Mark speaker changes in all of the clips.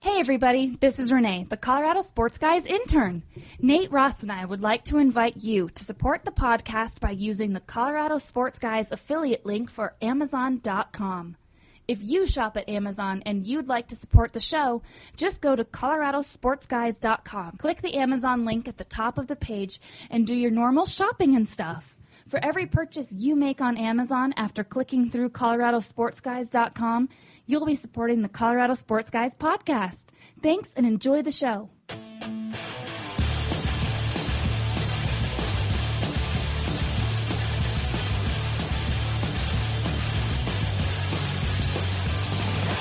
Speaker 1: Hey, everybody, this is Renee, the Colorado Sports Guys intern. Nate Ross and I would like to invite you to support the podcast by using the Colorado Sports Guys affiliate link for Amazon.com. If you shop at Amazon and you'd like to support the show, just go to coloradosportsguys.com. Click the Amazon link at the top of the page and do your normal shopping and stuff. For every purchase you make on Amazon after clicking through coloradosportsguys.com, you'll be supporting the Colorado Sports Guys podcast. Thanks and enjoy the show.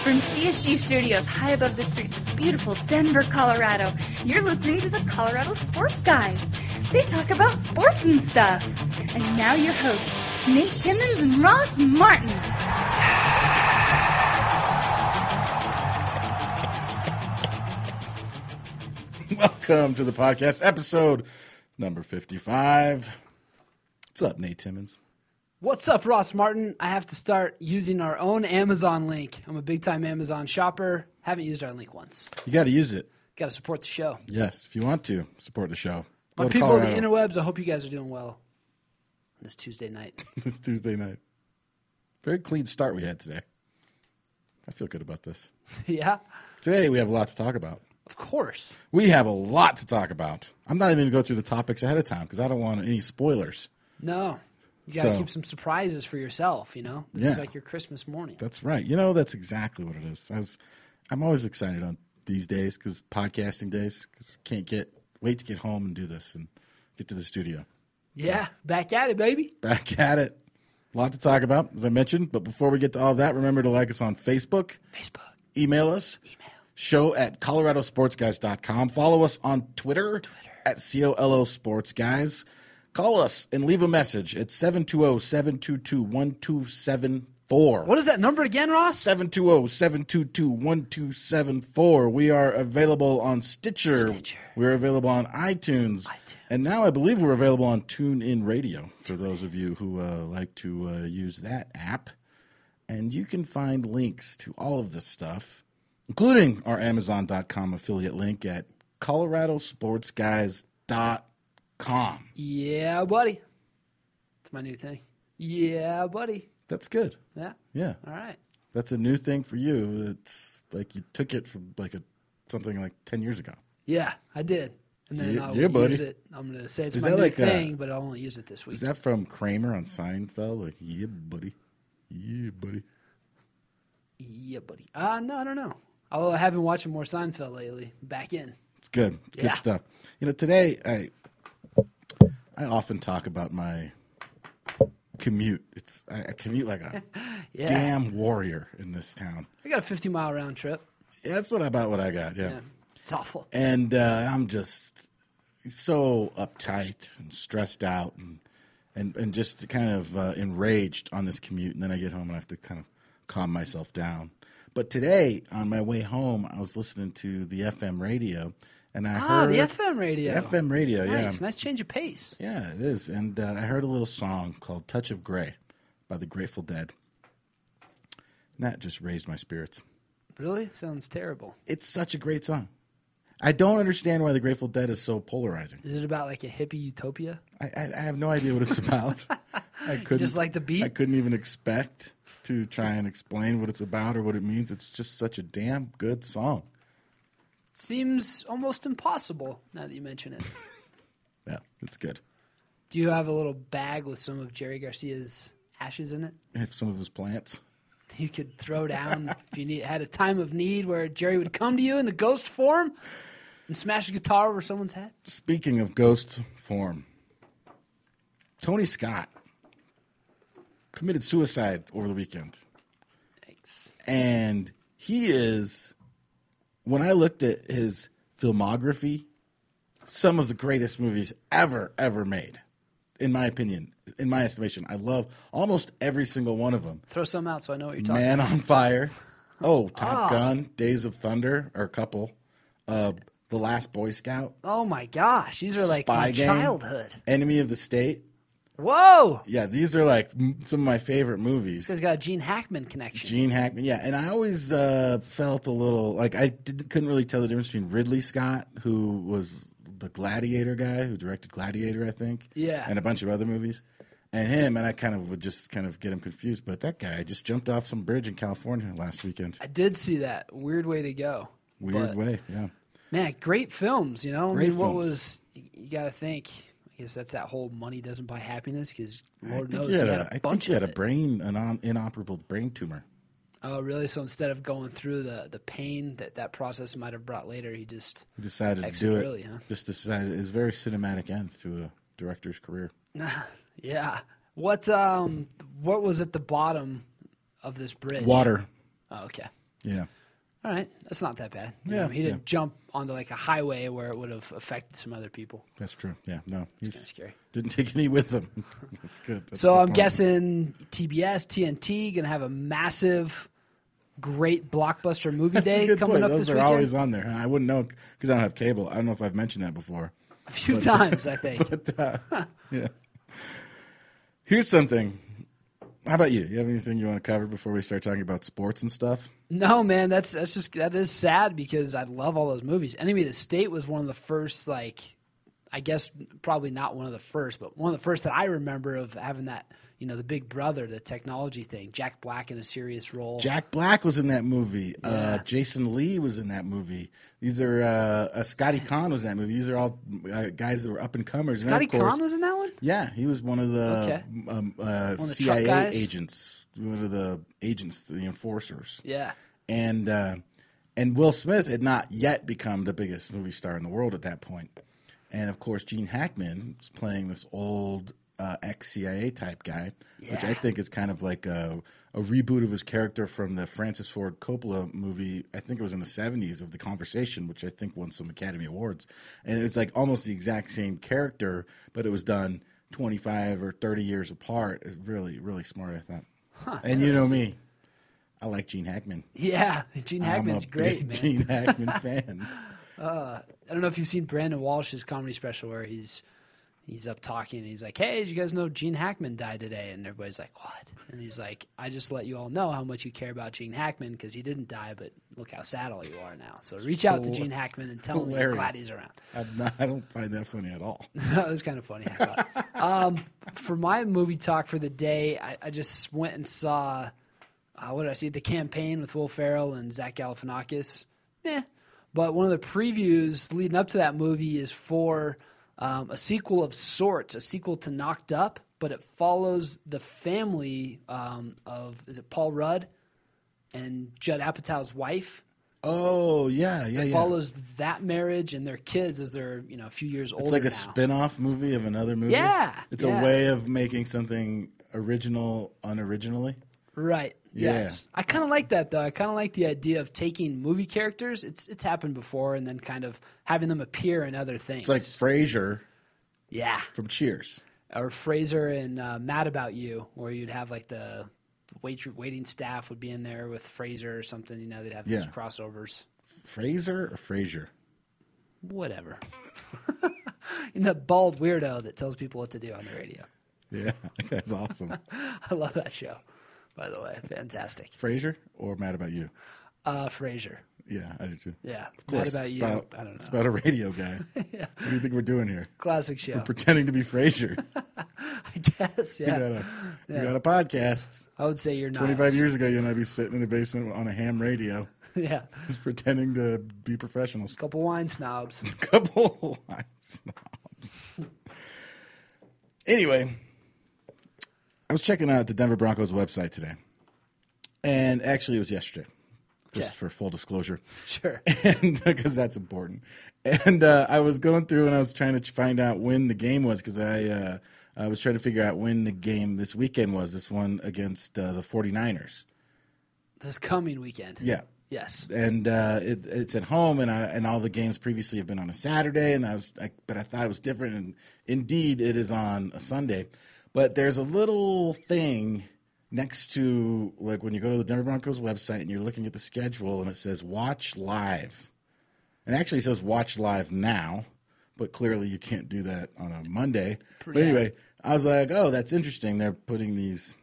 Speaker 1: From CSG Studios, high above the streets of beautiful Denver, Colorado, you're listening to the Colorado Sports Guys. They talk about sports and stuff. And now your hosts, Nate Timmons and Ross Martin.
Speaker 2: Welcome to the podcast, episode number 55. What's up, Nate Timmons?
Speaker 3: What's up, Ross Martin? I have to start using our own Amazon link. I'm a big time Amazon shopper. Haven't used our link once.
Speaker 2: You got to use it.
Speaker 3: Got to support the show.
Speaker 2: Yes, if you want to support the show. Go
Speaker 3: My
Speaker 2: to
Speaker 3: people of the
Speaker 2: Colorado
Speaker 3: interwebs, I hope you guys are doing well on this Tuesday night.
Speaker 2: this Tuesday night. Very clean start we had today. I feel good about this.
Speaker 3: yeah,
Speaker 2: Today we have a lot to talk about.
Speaker 3: of course.
Speaker 2: We have a lot to talk about. I'm not even going to go through the topics ahead of time because I don't want any spoilers.
Speaker 3: No, you got to
Speaker 2: So-
Speaker 3: keep some surprises for yourself, you know? This is
Speaker 2: Yeah.
Speaker 3: like your Christmas morning.
Speaker 2: That's right. You know, that's exactly what it is. I was, I'm always excited on these days because podcasting days because can't get wait to get home and do this and get to the studio.
Speaker 3: Yeah, back at it, baby.
Speaker 2: Back at it. A lot to talk about, as I mentioned. But before we get to all of that, remember to like us on Facebook,
Speaker 3: Facebook.
Speaker 2: email us, email. show at coloradosportsguys.com. Follow us on Twitter, at COLO Sports Guys. Call us and leave a message at 720 722 1274.
Speaker 3: What is that number again, Ross?
Speaker 2: oh, 720-722-1274. We are available on Stitcher.
Speaker 3: Stitcher.
Speaker 2: We're available on iTunes. And now I believe we're available on TuneIn Radio for those of you who uh, like to uh, use that app. And you can find links to all of this stuff, including our Amazon.com affiliate link at coloradosportsguys.com.
Speaker 3: Yeah, buddy. It's my new thing. Yeah, buddy.
Speaker 2: That's good.
Speaker 3: Yeah,
Speaker 2: Yeah.
Speaker 3: all right.
Speaker 2: That's a new thing for you. It's like you took it from like a something like 10 years ago.
Speaker 3: Yeah, I did. And then
Speaker 2: Yeah-
Speaker 3: I'll
Speaker 2: yeah,
Speaker 3: use
Speaker 2: buddy.
Speaker 3: it. I'm gonna say it's
Speaker 2: Is
Speaker 3: my
Speaker 2: that
Speaker 3: new
Speaker 2: like a-
Speaker 3: thing, but I'll only use it this week.
Speaker 2: Is that from Kramer on Seinfeld? Like, yeah, buddy. Yeah, buddy.
Speaker 3: yeah, buddy. Uh no, I don't know. Although I have been watching more Seinfeld lately. Back in.
Speaker 2: It's good. It's
Speaker 3: Yeah.
Speaker 2: good stuff. You know, today I I often talk about my commute. It's I, I commute like a
Speaker 3: Yeah.
Speaker 2: damn warrior in this town.
Speaker 3: I got a 50 mile round trip.
Speaker 2: Yeah, that's what about what I got. Yeah.
Speaker 3: Yeah. It's awful.
Speaker 2: And uh, I'm just so uptight and stressed out and and, and just kind of uh, enraged on this commute. And then I get home and I have to kind of calm myself down. But today, on my way home, I was listening to the FM radio, and I
Speaker 3: Ah,
Speaker 2: heard
Speaker 3: the FM radio.
Speaker 2: FM radio, yeah,
Speaker 3: Nice, nice change of pace.
Speaker 2: yeah, it is. And uh, I heard a little song called "Touch of Grey" by the Grateful Dead. And that just raised my spirits.
Speaker 3: Really? Sounds terrible.
Speaker 2: It's such a great song. I don't understand why the Grateful Dead is so polarizing.
Speaker 3: Is it about like a hippie utopia?
Speaker 2: I, I, I have no idea what it's about. I couldn't
Speaker 3: Just like the beat?
Speaker 2: I couldn't even expect to try and explain what it's about or what it means. It's just such a damn good song.
Speaker 3: Seems almost impossible now that you mention it.
Speaker 2: Yeah, it's good.
Speaker 3: Do you have a little bag with some of Jerry Garcia's ashes in it?
Speaker 2: I have some of his plants.
Speaker 3: you could throw down if you need, had a time of need where Jerry would come to you in the ghost form and smash a guitar over someone's head.
Speaker 2: Speaking of ghost form, Tony Scott committed suicide over the weekend.
Speaker 3: Thanks.
Speaker 2: and he is when i looked at his filmography some of the greatest movies ever ever made in my opinion in my estimation i love almost every single one of them
Speaker 3: Throw some out so I know what you're talking
Speaker 2: man on fire oh top gun days of thunder or a couple uh, the last boy scout
Speaker 3: about. Oh my gosh, these are like
Speaker 2: Spy
Speaker 3: my
Speaker 2: Game.
Speaker 3: childhood.
Speaker 2: enemy of the state
Speaker 3: Whoa!
Speaker 2: Yeah, these are like m- some of my favorite movies.
Speaker 3: This guy's got a Gene Hackman connection.
Speaker 2: Gene Hackman, yeah, and I always uh, felt a little like I did, couldn't really tell the difference between Ridley Scott, who was the Gladiator guy, who directed Gladiator, I think,
Speaker 3: Yeah.
Speaker 2: and a bunch of other movies, and him, and I kind of would just kind of get him confused. But that guy just jumped off some bridge in California last weekend.
Speaker 3: I did see that. Weird way to go.
Speaker 2: Weird
Speaker 3: But,
Speaker 2: way, yeah.
Speaker 3: Man, great films, you know? I
Speaker 2: Great
Speaker 3: mean, what
Speaker 2: films.
Speaker 3: was, you got to think, I guess that's that whole money doesn't buy happiness because Lord
Speaker 2: I think
Speaker 3: knows
Speaker 2: he had
Speaker 3: had
Speaker 2: a,
Speaker 3: a
Speaker 2: I think
Speaker 3: bunch
Speaker 2: he had
Speaker 3: of
Speaker 2: a
Speaker 3: it.
Speaker 2: brain, an on, inoperable brain tumor.
Speaker 3: Oh, really? So instead of going through the, the pain that that process might have brought later, he just,
Speaker 2: He decided
Speaker 3: Excellent,
Speaker 2: to do it.
Speaker 3: really, huh?
Speaker 2: Just decided it's very cinematic end to a director's career.
Speaker 3: yeah. What, um, what was at the bottom of this bridge?
Speaker 2: Water,
Speaker 3: Oh, okay.
Speaker 2: yeah.
Speaker 3: All right. That's not that bad. You
Speaker 2: Yeah,
Speaker 3: know, he didn't
Speaker 2: yeah.
Speaker 3: jump onto like a highway where it would have affected some other people.
Speaker 2: That's true. Yeah, no,
Speaker 3: That's
Speaker 2: he's
Speaker 3: scary.
Speaker 2: didn't take any with him. That's good. That's a
Speaker 3: So
Speaker 2: good
Speaker 3: I'm
Speaker 2: point.
Speaker 3: guessing TBS, TNT, gonna have a massive, great blockbuster movie
Speaker 2: That's a
Speaker 3: day
Speaker 2: good
Speaker 3: coming
Speaker 2: point.
Speaker 3: up
Speaker 2: Those
Speaker 3: this
Speaker 2: are
Speaker 3: weekend.
Speaker 2: always on there. I wouldn't know because I don't have cable. I don't know if I've mentioned that before.
Speaker 3: a few times, I think.
Speaker 2: But uh, yeah, here's something. How about you? You have anything you want to cover before we start talking about sports and stuff?
Speaker 3: No, man, that's that's just that is sad because I love all those movies. Enemy of the State was one of the first, like, I guess probably not one of the first, but one of the first that I remember of having that, you know, the Big Brother, the technology thing. Jack Black in a serious role.
Speaker 2: Jack Black was in that movie. Uh, Jason Lee was in that movie. These are uh, uh, Scotty Kahn was in that movie. These are all uh, guys that were up and comers. And then, of
Speaker 3: Scotty
Speaker 2: course-
Speaker 3: Khan was in that one.
Speaker 2: Yeah, he was one of the
Speaker 3: Okay.
Speaker 2: um, uh,
Speaker 3: the truck
Speaker 2: CIA
Speaker 3: guys?
Speaker 2: agents, one of the agents, the enforcers,
Speaker 3: Yeah.
Speaker 2: and uh, and Will Smith had not yet become the biggest movie star in the world at that point, and of course Gene Hackman is playing this old uh, ex CIA type guy, which I
Speaker 3: Yeah.
Speaker 2: think is kind of like a, a reboot of his character from the Francis Ford Coppola movie. I think it was in the seventies of The Conversation, which I think won some Academy Awards, and it's like almost the exact same character, but it was done. 25 or 30 years apart It's really really smart i thought and you know me i like gene hackman
Speaker 3: Yeah, Gene Hackman's
Speaker 2: I'm a
Speaker 3: great,
Speaker 2: big
Speaker 3: man.
Speaker 2: Gene Hackman fan.
Speaker 3: I don't know if you've seen Brandon Walsh's comedy special where he's he's up talking and he's like, "Hey, did you guys know Gene Hackman died today?" And everybody's like, "What?" And he's like, "I just let you all know how much you care about Gene Hackman because he didn't die, but look how sad all you are now. So reach out to Gene Hackman and tell him
Speaker 2: hilarious.
Speaker 3: you're glad he's around."
Speaker 2: I'm not, I don't find that funny at all.
Speaker 3: that was kind of funny. I thought. um, for my movie talk for the day, I, I just went and saw uh, what did I see? The campaign with Will Ferrell and Zach Galifianakis. Meh. But one of the previews leading up to that movie is for um, a sequel of sorts, a sequel to Knocked Up, but it follows the family um, of is it Paul Rudd and Judd Apatow's wife.
Speaker 2: Oh yeah, yeah, yeah.
Speaker 3: Follows that marriage and their kids as they're you know a few years older.
Speaker 2: it's like a
Speaker 3: now.
Speaker 2: spin-off movie of another movie.
Speaker 3: Yeah,
Speaker 2: it's
Speaker 3: yeah.
Speaker 2: a way of making something original unoriginally.
Speaker 3: Right.
Speaker 2: Yeah.
Speaker 3: Yes. I kind of like that though. I kind of like the idea of taking movie characters. It's it's happened before, and then kind of having them appear in other
Speaker 2: It's
Speaker 3: things.
Speaker 2: like Frasier
Speaker 3: yeah,
Speaker 2: from Cheers.
Speaker 3: or Fraser and uh, Mad About You, where you'd have like the wait, waiting staff would be in there with Fraser or something. You know, they'd have these
Speaker 2: Yeah.
Speaker 3: crossovers.
Speaker 2: Fraser or Frasier?
Speaker 3: Whatever. you know, that bald weirdo that tells people what to do on the radio.
Speaker 2: Yeah, that's awesome.
Speaker 3: I love that show. By the way, fantastic.
Speaker 2: Frasier or Mad About You?
Speaker 3: Uh, Fraser.
Speaker 2: Yeah, I do too.
Speaker 3: Yeah.
Speaker 2: Of course,
Speaker 3: Mad About
Speaker 2: it's
Speaker 3: You.
Speaker 2: About,
Speaker 3: I don't
Speaker 2: It's
Speaker 3: know.
Speaker 2: about a radio guy. What do you think we're doing here?
Speaker 3: Classic show.
Speaker 2: Pretending to be Frasier.
Speaker 3: I guess.
Speaker 2: We got
Speaker 3: Yeah.
Speaker 2: a, we got a podcast.
Speaker 3: I would say you're not.
Speaker 2: 25 years ago, you and I'd be sitting in the basement on a ham radio,
Speaker 3: Yeah.
Speaker 2: just pretending to be professionals.
Speaker 3: Couple wine snobs.
Speaker 2: Couple lines. anyway, I was checking out the Denver Broncos website today, and actually, it was yesterday, just
Speaker 3: Okay.
Speaker 2: for full disclosure
Speaker 3: Sure.
Speaker 2: and because that's important. And uh, I was going through and I was trying to find out when the game was because I uh, I was trying to figure out when the game this weekend was. This one against uh, the 49ers.
Speaker 3: This coming weekend.
Speaker 2: Yeah.
Speaker 3: Yes.
Speaker 2: And uh, it, it's at home, and I, and all the games previously have been on a Saturday, and I was I, but I thought it was different, and indeed it is on a Sunday. But there's a little thing next to like when you go to the Denver Broncos website and you're looking at the schedule, and it says watch live. And actually, it says watch live now, but clearly you can't do that on a Monday. But anyway, I was like, oh, that's interesting. They're putting these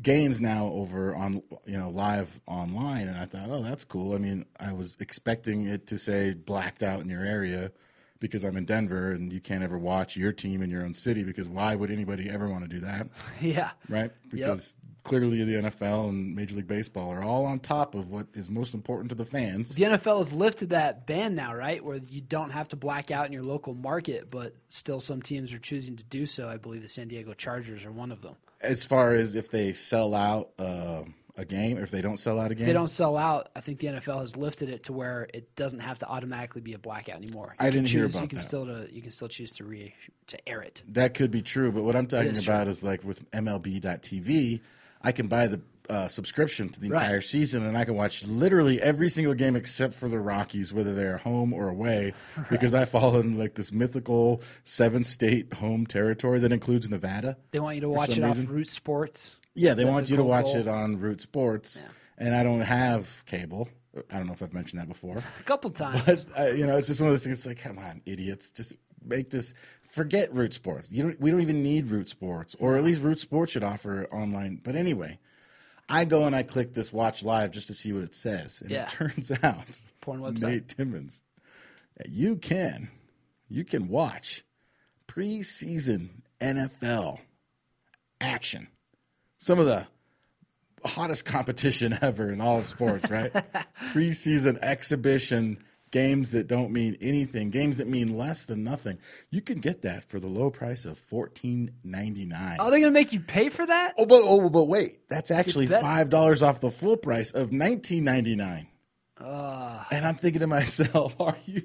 Speaker 2: games now over on you know live online, and I thought, oh, that's cool. I mean, I was expecting it to say blacked out in your area because I'm in Denver and you can't ever watch your team in your own city because why would anybody ever want to do that,
Speaker 3: yeah.
Speaker 2: right? Because clearly the NFL and Major League Baseball are all on top of what is most important to the fans.
Speaker 3: The NFL has lifted that ban now, right? Where you don't have to black out in your local market, but still some teams are choosing to do so. I believe the San Diego Chargers are one of them.
Speaker 2: As far as if they sell out uh, a game or if they don't sell out a game,
Speaker 3: If they don't sell out, I think the NFL has lifted it to where it doesn't have to automatically be a blackout anymore.
Speaker 2: I
Speaker 3: You can
Speaker 2: didn't hear
Speaker 3: choose- You
Speaker 2: about
Speaker 3: can
Speaker 2: that.
Speaker 3: still to, you can still choose to re to air it.
Speaker 2: That could be true, but what I'm talking
Speaker 3: is
Speaker 2: about is like with MLB.TV, I can buy the uh, subscription to the
Speaker 3: Right.
Speaker 2: entire season, and I can watch literally every single game except for the Rockies, whether they're home or away, because I fall in like this mythical seven-state home territory that includes Nevada.
Speaker 3: They want you to watch it
Speaker 2: some
Speaker 3: off
Speaker 2: reason.
Speaker 3: Root Sports.
Speaker 2: Yeah, they
Speaker 3: that
Speaker 2: want
Speaker 3: the
Speaker 2: you to
Speaker 3: goal-
Speaker 2: watch
Speaker 3: goal?
Speaker 2: it on Root Sports, and I don't have cable. I don't know if I've mentioned that before.
Speaker 3: A couple times.
Speaker 2: But I, you know, it's just one of those things. It's like, come on, idiots, just make this. Forget Root Sports. You don't. We don't even need Root Sports, or at least Root Sports should offer online. But anyway, I go and I click this watch live just to see what it says, and
Speaker 3: Yeah.
Speaker 2: it turns out,
Speaker 3: Porn website.
Speaker 2: Nate Timmons, you can, you can watch preseason NFL action. Some of the hottest competition ever in all of sports, right? Preseason exhibition games that don't mean anything, games that mean less than nothing. You can get that for the low price of fourteen ninety nine.
Speaker 3: Are they going to make you pay for that?
Speaker 2: Oh, but oh, but wait, that's actually
Speaker 3: better.
Speaker 2: five dollars off the full price of nineteen ninety nine. and I'm thinking to myself, are you?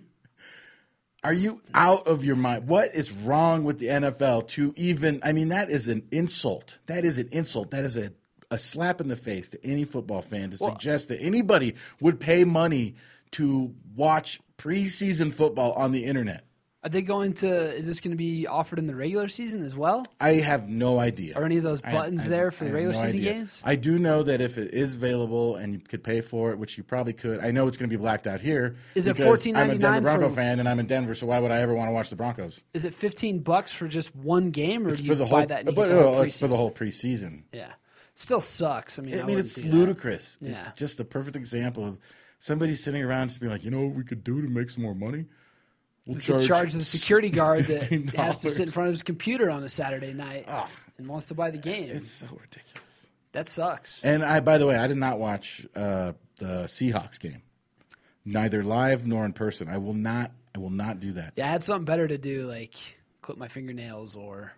Speaker 2: Are you out of your mind? What is wrong with the NFL to even? I mean, that is an insult. That is an insult. That is a, a slap in the face to any football fan to suggest that anybody would pay money to watch preseason football on the internet.
Speaker 3: Are they going to? Is this going to be offered in the regular season as well?
Speaker 2: I have no idea.
Speaker 3: Are any of those buttons
Speaker 2: I-
Speaker 3: there for
Speaker 2: I
Speaker 3: the
Speaker 2: have
Speaker 3: regular
Speaker 2: no
Speaker 3: season
Speaker 2: idea.
Speaker 3: games?
Speaker 2: I do know that if it is available and you could pay for it, which you probably could, I know it's going to be blacked out here.
Speaker 3: Is it
Speaker 2: because I'm a
Speaker 3: $14.99
Speaker 2: Denver Bronco
Speaker 3: for-
Speaker 2: fan, and I'm in Denver, so why would I ever want to watch the Broncos?
Speaker 3: Is it fifteen bucks for just one game, or
Speaker 2: It's
Speaker 3: do
Speaker 2: for
Speaker 3: you
Speaker 2: the
Speaker 3: buy
Speaker 2: whole,
Speaker 3: that? And you
Speaker 2: but
Speaker 3: get the
Speaker 2: no,
Speaker 3: whole
Speaker 2: it's for the
Speaker 3: preseason?
Speaker 2: whole preseason.
Speaker 3: Yeah, still sucks. I mean,
Speaker 2: I mean,
Speaker 3: wouldn't
Speaker 2: it's
Speaker 3: do that.
Speaker 2: ludicrous.
Speaker 3: Yeah.
Speaker 2: It's just the perfect example of somebody sitting around just being like, you know what we could do to make some more money? We'll
Speaker 3: You could charge the security guard that
Speaker 2: $15.
Speaker 3: has to sit in front of his computer on a Saturday night and wants to buy the game.
Speaker 2: Ah. It's so ridiculous.
Speaker 3: that sucks.
Speaker 2: And I, by the way, I did not watch uh, the Seahawks game, neither live nor in person. I will not. I will not do that.
Speaker 3: Yeah, I had something better to do, like clip my fingernails or,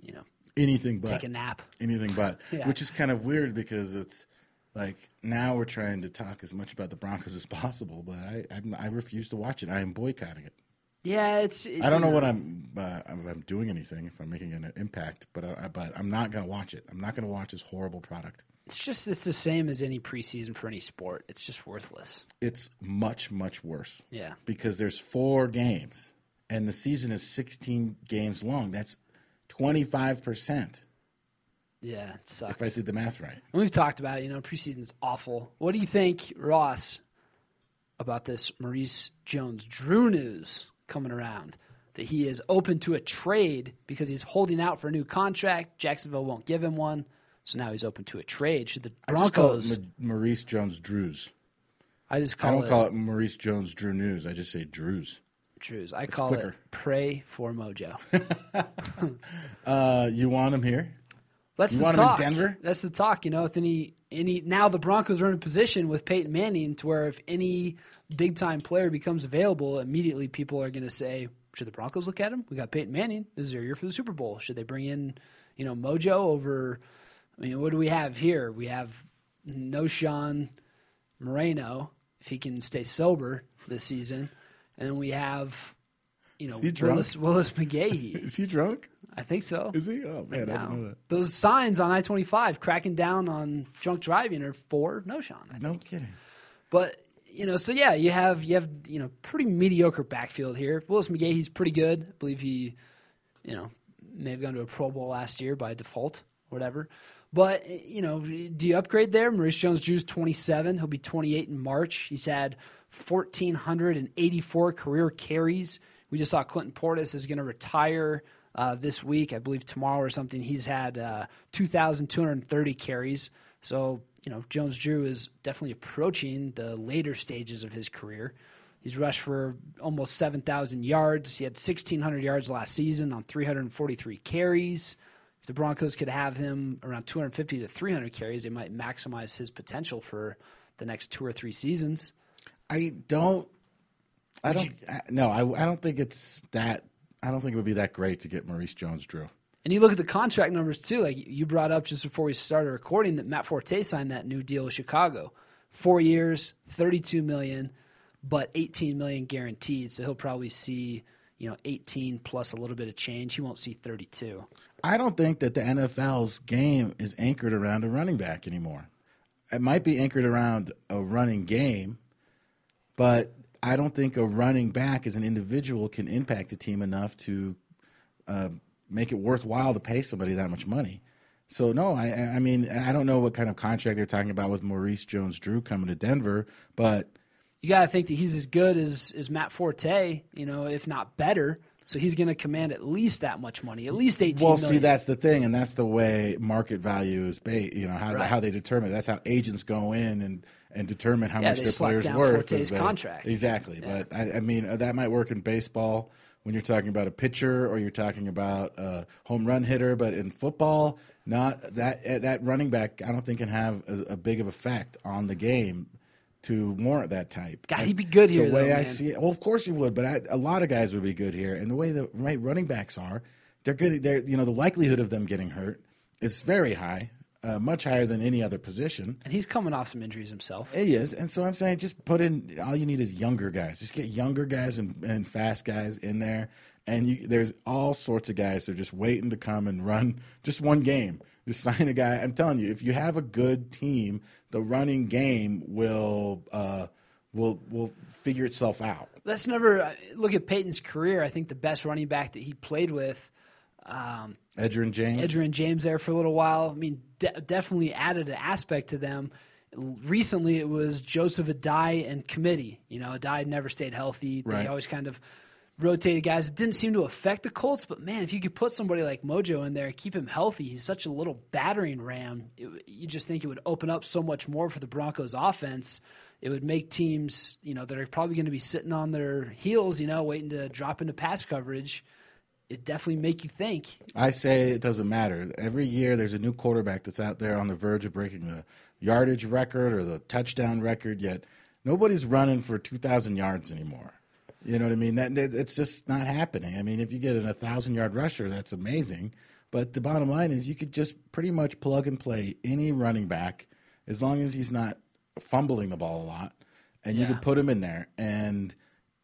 Speaker 3: you know,
Speaker 2: Anything but
Speaker 3: take a nap.
Speaker 2: anything but,
Speaker 3: Yeah.
Speaker 2: which is kind of weird because it's like now we're trying to talk as much about the Broncos as possible, but I I'm, I refuse to watch it. I am boycotting it.
Speaker 3: Yeah, it's.
Speaker 2: I don't know what I'm uh, if I'm doing anything if I'm making an impact, but I, but I'm not gonna watch it. I'm not gonna watch this horrible product.
Speaker 3: It's just it's the same as any preseason for any sport. It's just worthless.
Speaker 2: It's much much worse.
Speaker 3: Yeah.
Speaker 2: because there's four games and the season is 16 games long. That's 25%
Speaker 3: Yeah, it sucks.
Speaker 2: if I did the math right.
Speaker 3: And We've talked about it. You know, preseason's awful. What do you think, Ross, about this Maurice Jones-Drew news coming around? That he is open to a trade because he's holding out for a new contract. Jacksonville won't give him one, so now he's open to a trade. Should the
Speaker 2: I just call
Speaker 3: Broncos?
Speaker 2: it Ma- Maurice Jones Drews.
Speaker 3: I just
Speaker 2: I
Speaker 3: call,
Speaker 2: don't
Speaker 3: it,
Speaker 2: call it Maurice Jones Drew News. I just say Drews.
Speaker 3: Drews. I call
Speaker 2: quicker.
Speaker 3: it pray for Mojo.
Speaker 2: Uh, you want him here?
Speaker 3: That's
Speaker 2: You
Speaker 3: the
Speaker 2: want him in
Speaker 3: talk.
Speaker 2: Denver?
Speaker 3: That's the talk. You know, if any, any now the Broncos are in a position with Peyton Manning to where if any big time player becomes available, immediately people are going to say, should the Broncos look at him? We got Peyton Manning. This is their year for the Super Bowl. Should they bring in, you know, Mojo over? I mean, what do we have here? We have no Sean Moreno if he can stay sober this season, and then we have, you know,
Speaker 2: he drunk?
Speaker 3: Willis, Willis McGahee.
Speaker 2: Is he drunk?
Speaker 3: I think so.
Speaker 2: Is he? Oh, man, I
Speaker 3: Now,
Speaker 2: didn't know that.
Speaker 3: Those signs on I 25 cracking down on drunk driving are for no Sean. I think.
Speaker 2: No kidding.
Speaker 3: But, you know, so yeah, you have, you have, you know, pretty mediocre backfield here. Willis McGay, he's pretty good. I believe he, you know, may have gone to a Pro Bowl last year by default, whatever. But, eh, you know, do you upgrade there? Maurice Jones Drew's 27. He'll be 28 in March. He's had 1,484 career carries. We just saw Clinton Portis is going to retire. uh, this week. I believe tomorrow or something, he's had uh, 2,230 carries. So, you know, Jones Drew is definitely approaching the later stages of his career. He's rushed for almost 7,000 yards. He had 1,600 yards last season on 343 carries. If the Broncos could have him around 250 to 300 carries, they might maximize his potential for the next two or three seasons.
Speaker 2: I don't. I don't. I, no, I, I don't think it's that. I don't think it would be that great to get Maurice Jones-Drew.
Speaker 3: And you look at the contract numbers too. Like you brought up just before we started recording that Matt Forte signed that new deal with Chicago, four years, thirty-two million, but eighteen million guaranteed. So he'll probably see you know eighteen plus a little bit of change. He won't see thirty-two.
Speaker 2: I don't think that the NFL's game is anchored around a running back anymore. It might be anchored around a running game, but I don't think a running back as an individual can impact a team enough to uh, make it worthwhile to pay somebody that much money. So no, I, I mean I don't know what kind of contract they're talking about with Maurice Jones-Drew coming to Denver, but
Speaker 3: You got to think that he's as good as as Matt Forte, you know, if not better. So he's going to command at least that much money, at least eighteen.
Speaker 2: well, see
Speaker 3: million.
Speaker 2: that's the thing, and that's the way market value is based. You know how
Speaker 3: Right.
Speaker 2: how they determine. That's how agents go in and and determine how
Speaker 3: Yeah,
Speaker 2: much
Speaker 3: they
Speaker 2: their
Speaker 3: slap
Speaker 2: players
Speaker 3: down
Speaker 2: worth.
Speaker 3: Forte's
Speaker 2: is the-
Speaker 3: contract.
Speaker 2: exactly. But I, I mean uh, that might work in baseball when you're talking about a pitcher or you're talking about a home run hitter. But in football, not that uh, that running back. I don't think can have a, a big of effect on the game to warrant that type.
Speaker 3: God,
Speaker 2: And
Speaker 3: he'd be good here,
Speaker 2: The
Speaker 3: though,
Speaker 2: way I
Speaker 3: man.
Speaker 2: see it, well, of course he would. But I, a lot of guys would be good here, and the way the right running backs are, they're good. They're you know the likelihood of them getting hurt is very high, uh, much higher than any other position.
Speaker 3: and he's coming off some injuries himself.
Speaker 2: It is, and so I'm saying just put in. All you need is younger guys. Just get younger guys and, and fast guys in there, and you, there's all sorts of guys that are just waiting to come and run just one game. Just sign a guy. I'm telling you, if you have a good team, the running game will uh, will will figure itself out.
Speaker 3: That's never I- look at Peyton's career. I think the best running back that he played with, um,
Speaker 2: Edgerrin James.
Speaker 3: Edgerrin James, there for a little while. I mean, de- definitely added an aspect to them. L- Recently, it was Joseph Adai and Committee. You know, Adai never stayed healthy. They
Speaker 2: Right. I say it doesn't matter. Every year there's a new quarterback that's out there on the verge of breaking the yardage record or the touchdown record, yet nobody's running for 2,000 yards anymore. You know what I mean? That, that- it's just not happening. I mean, if you get an 1,000 yard rusher, that's amazing. But the bottom line is you could just pretty much plug and play any running back as long as he's not fumbling the ball a lot. And you
Speaker 3: Yeah.
Speaker 2: could put him in there and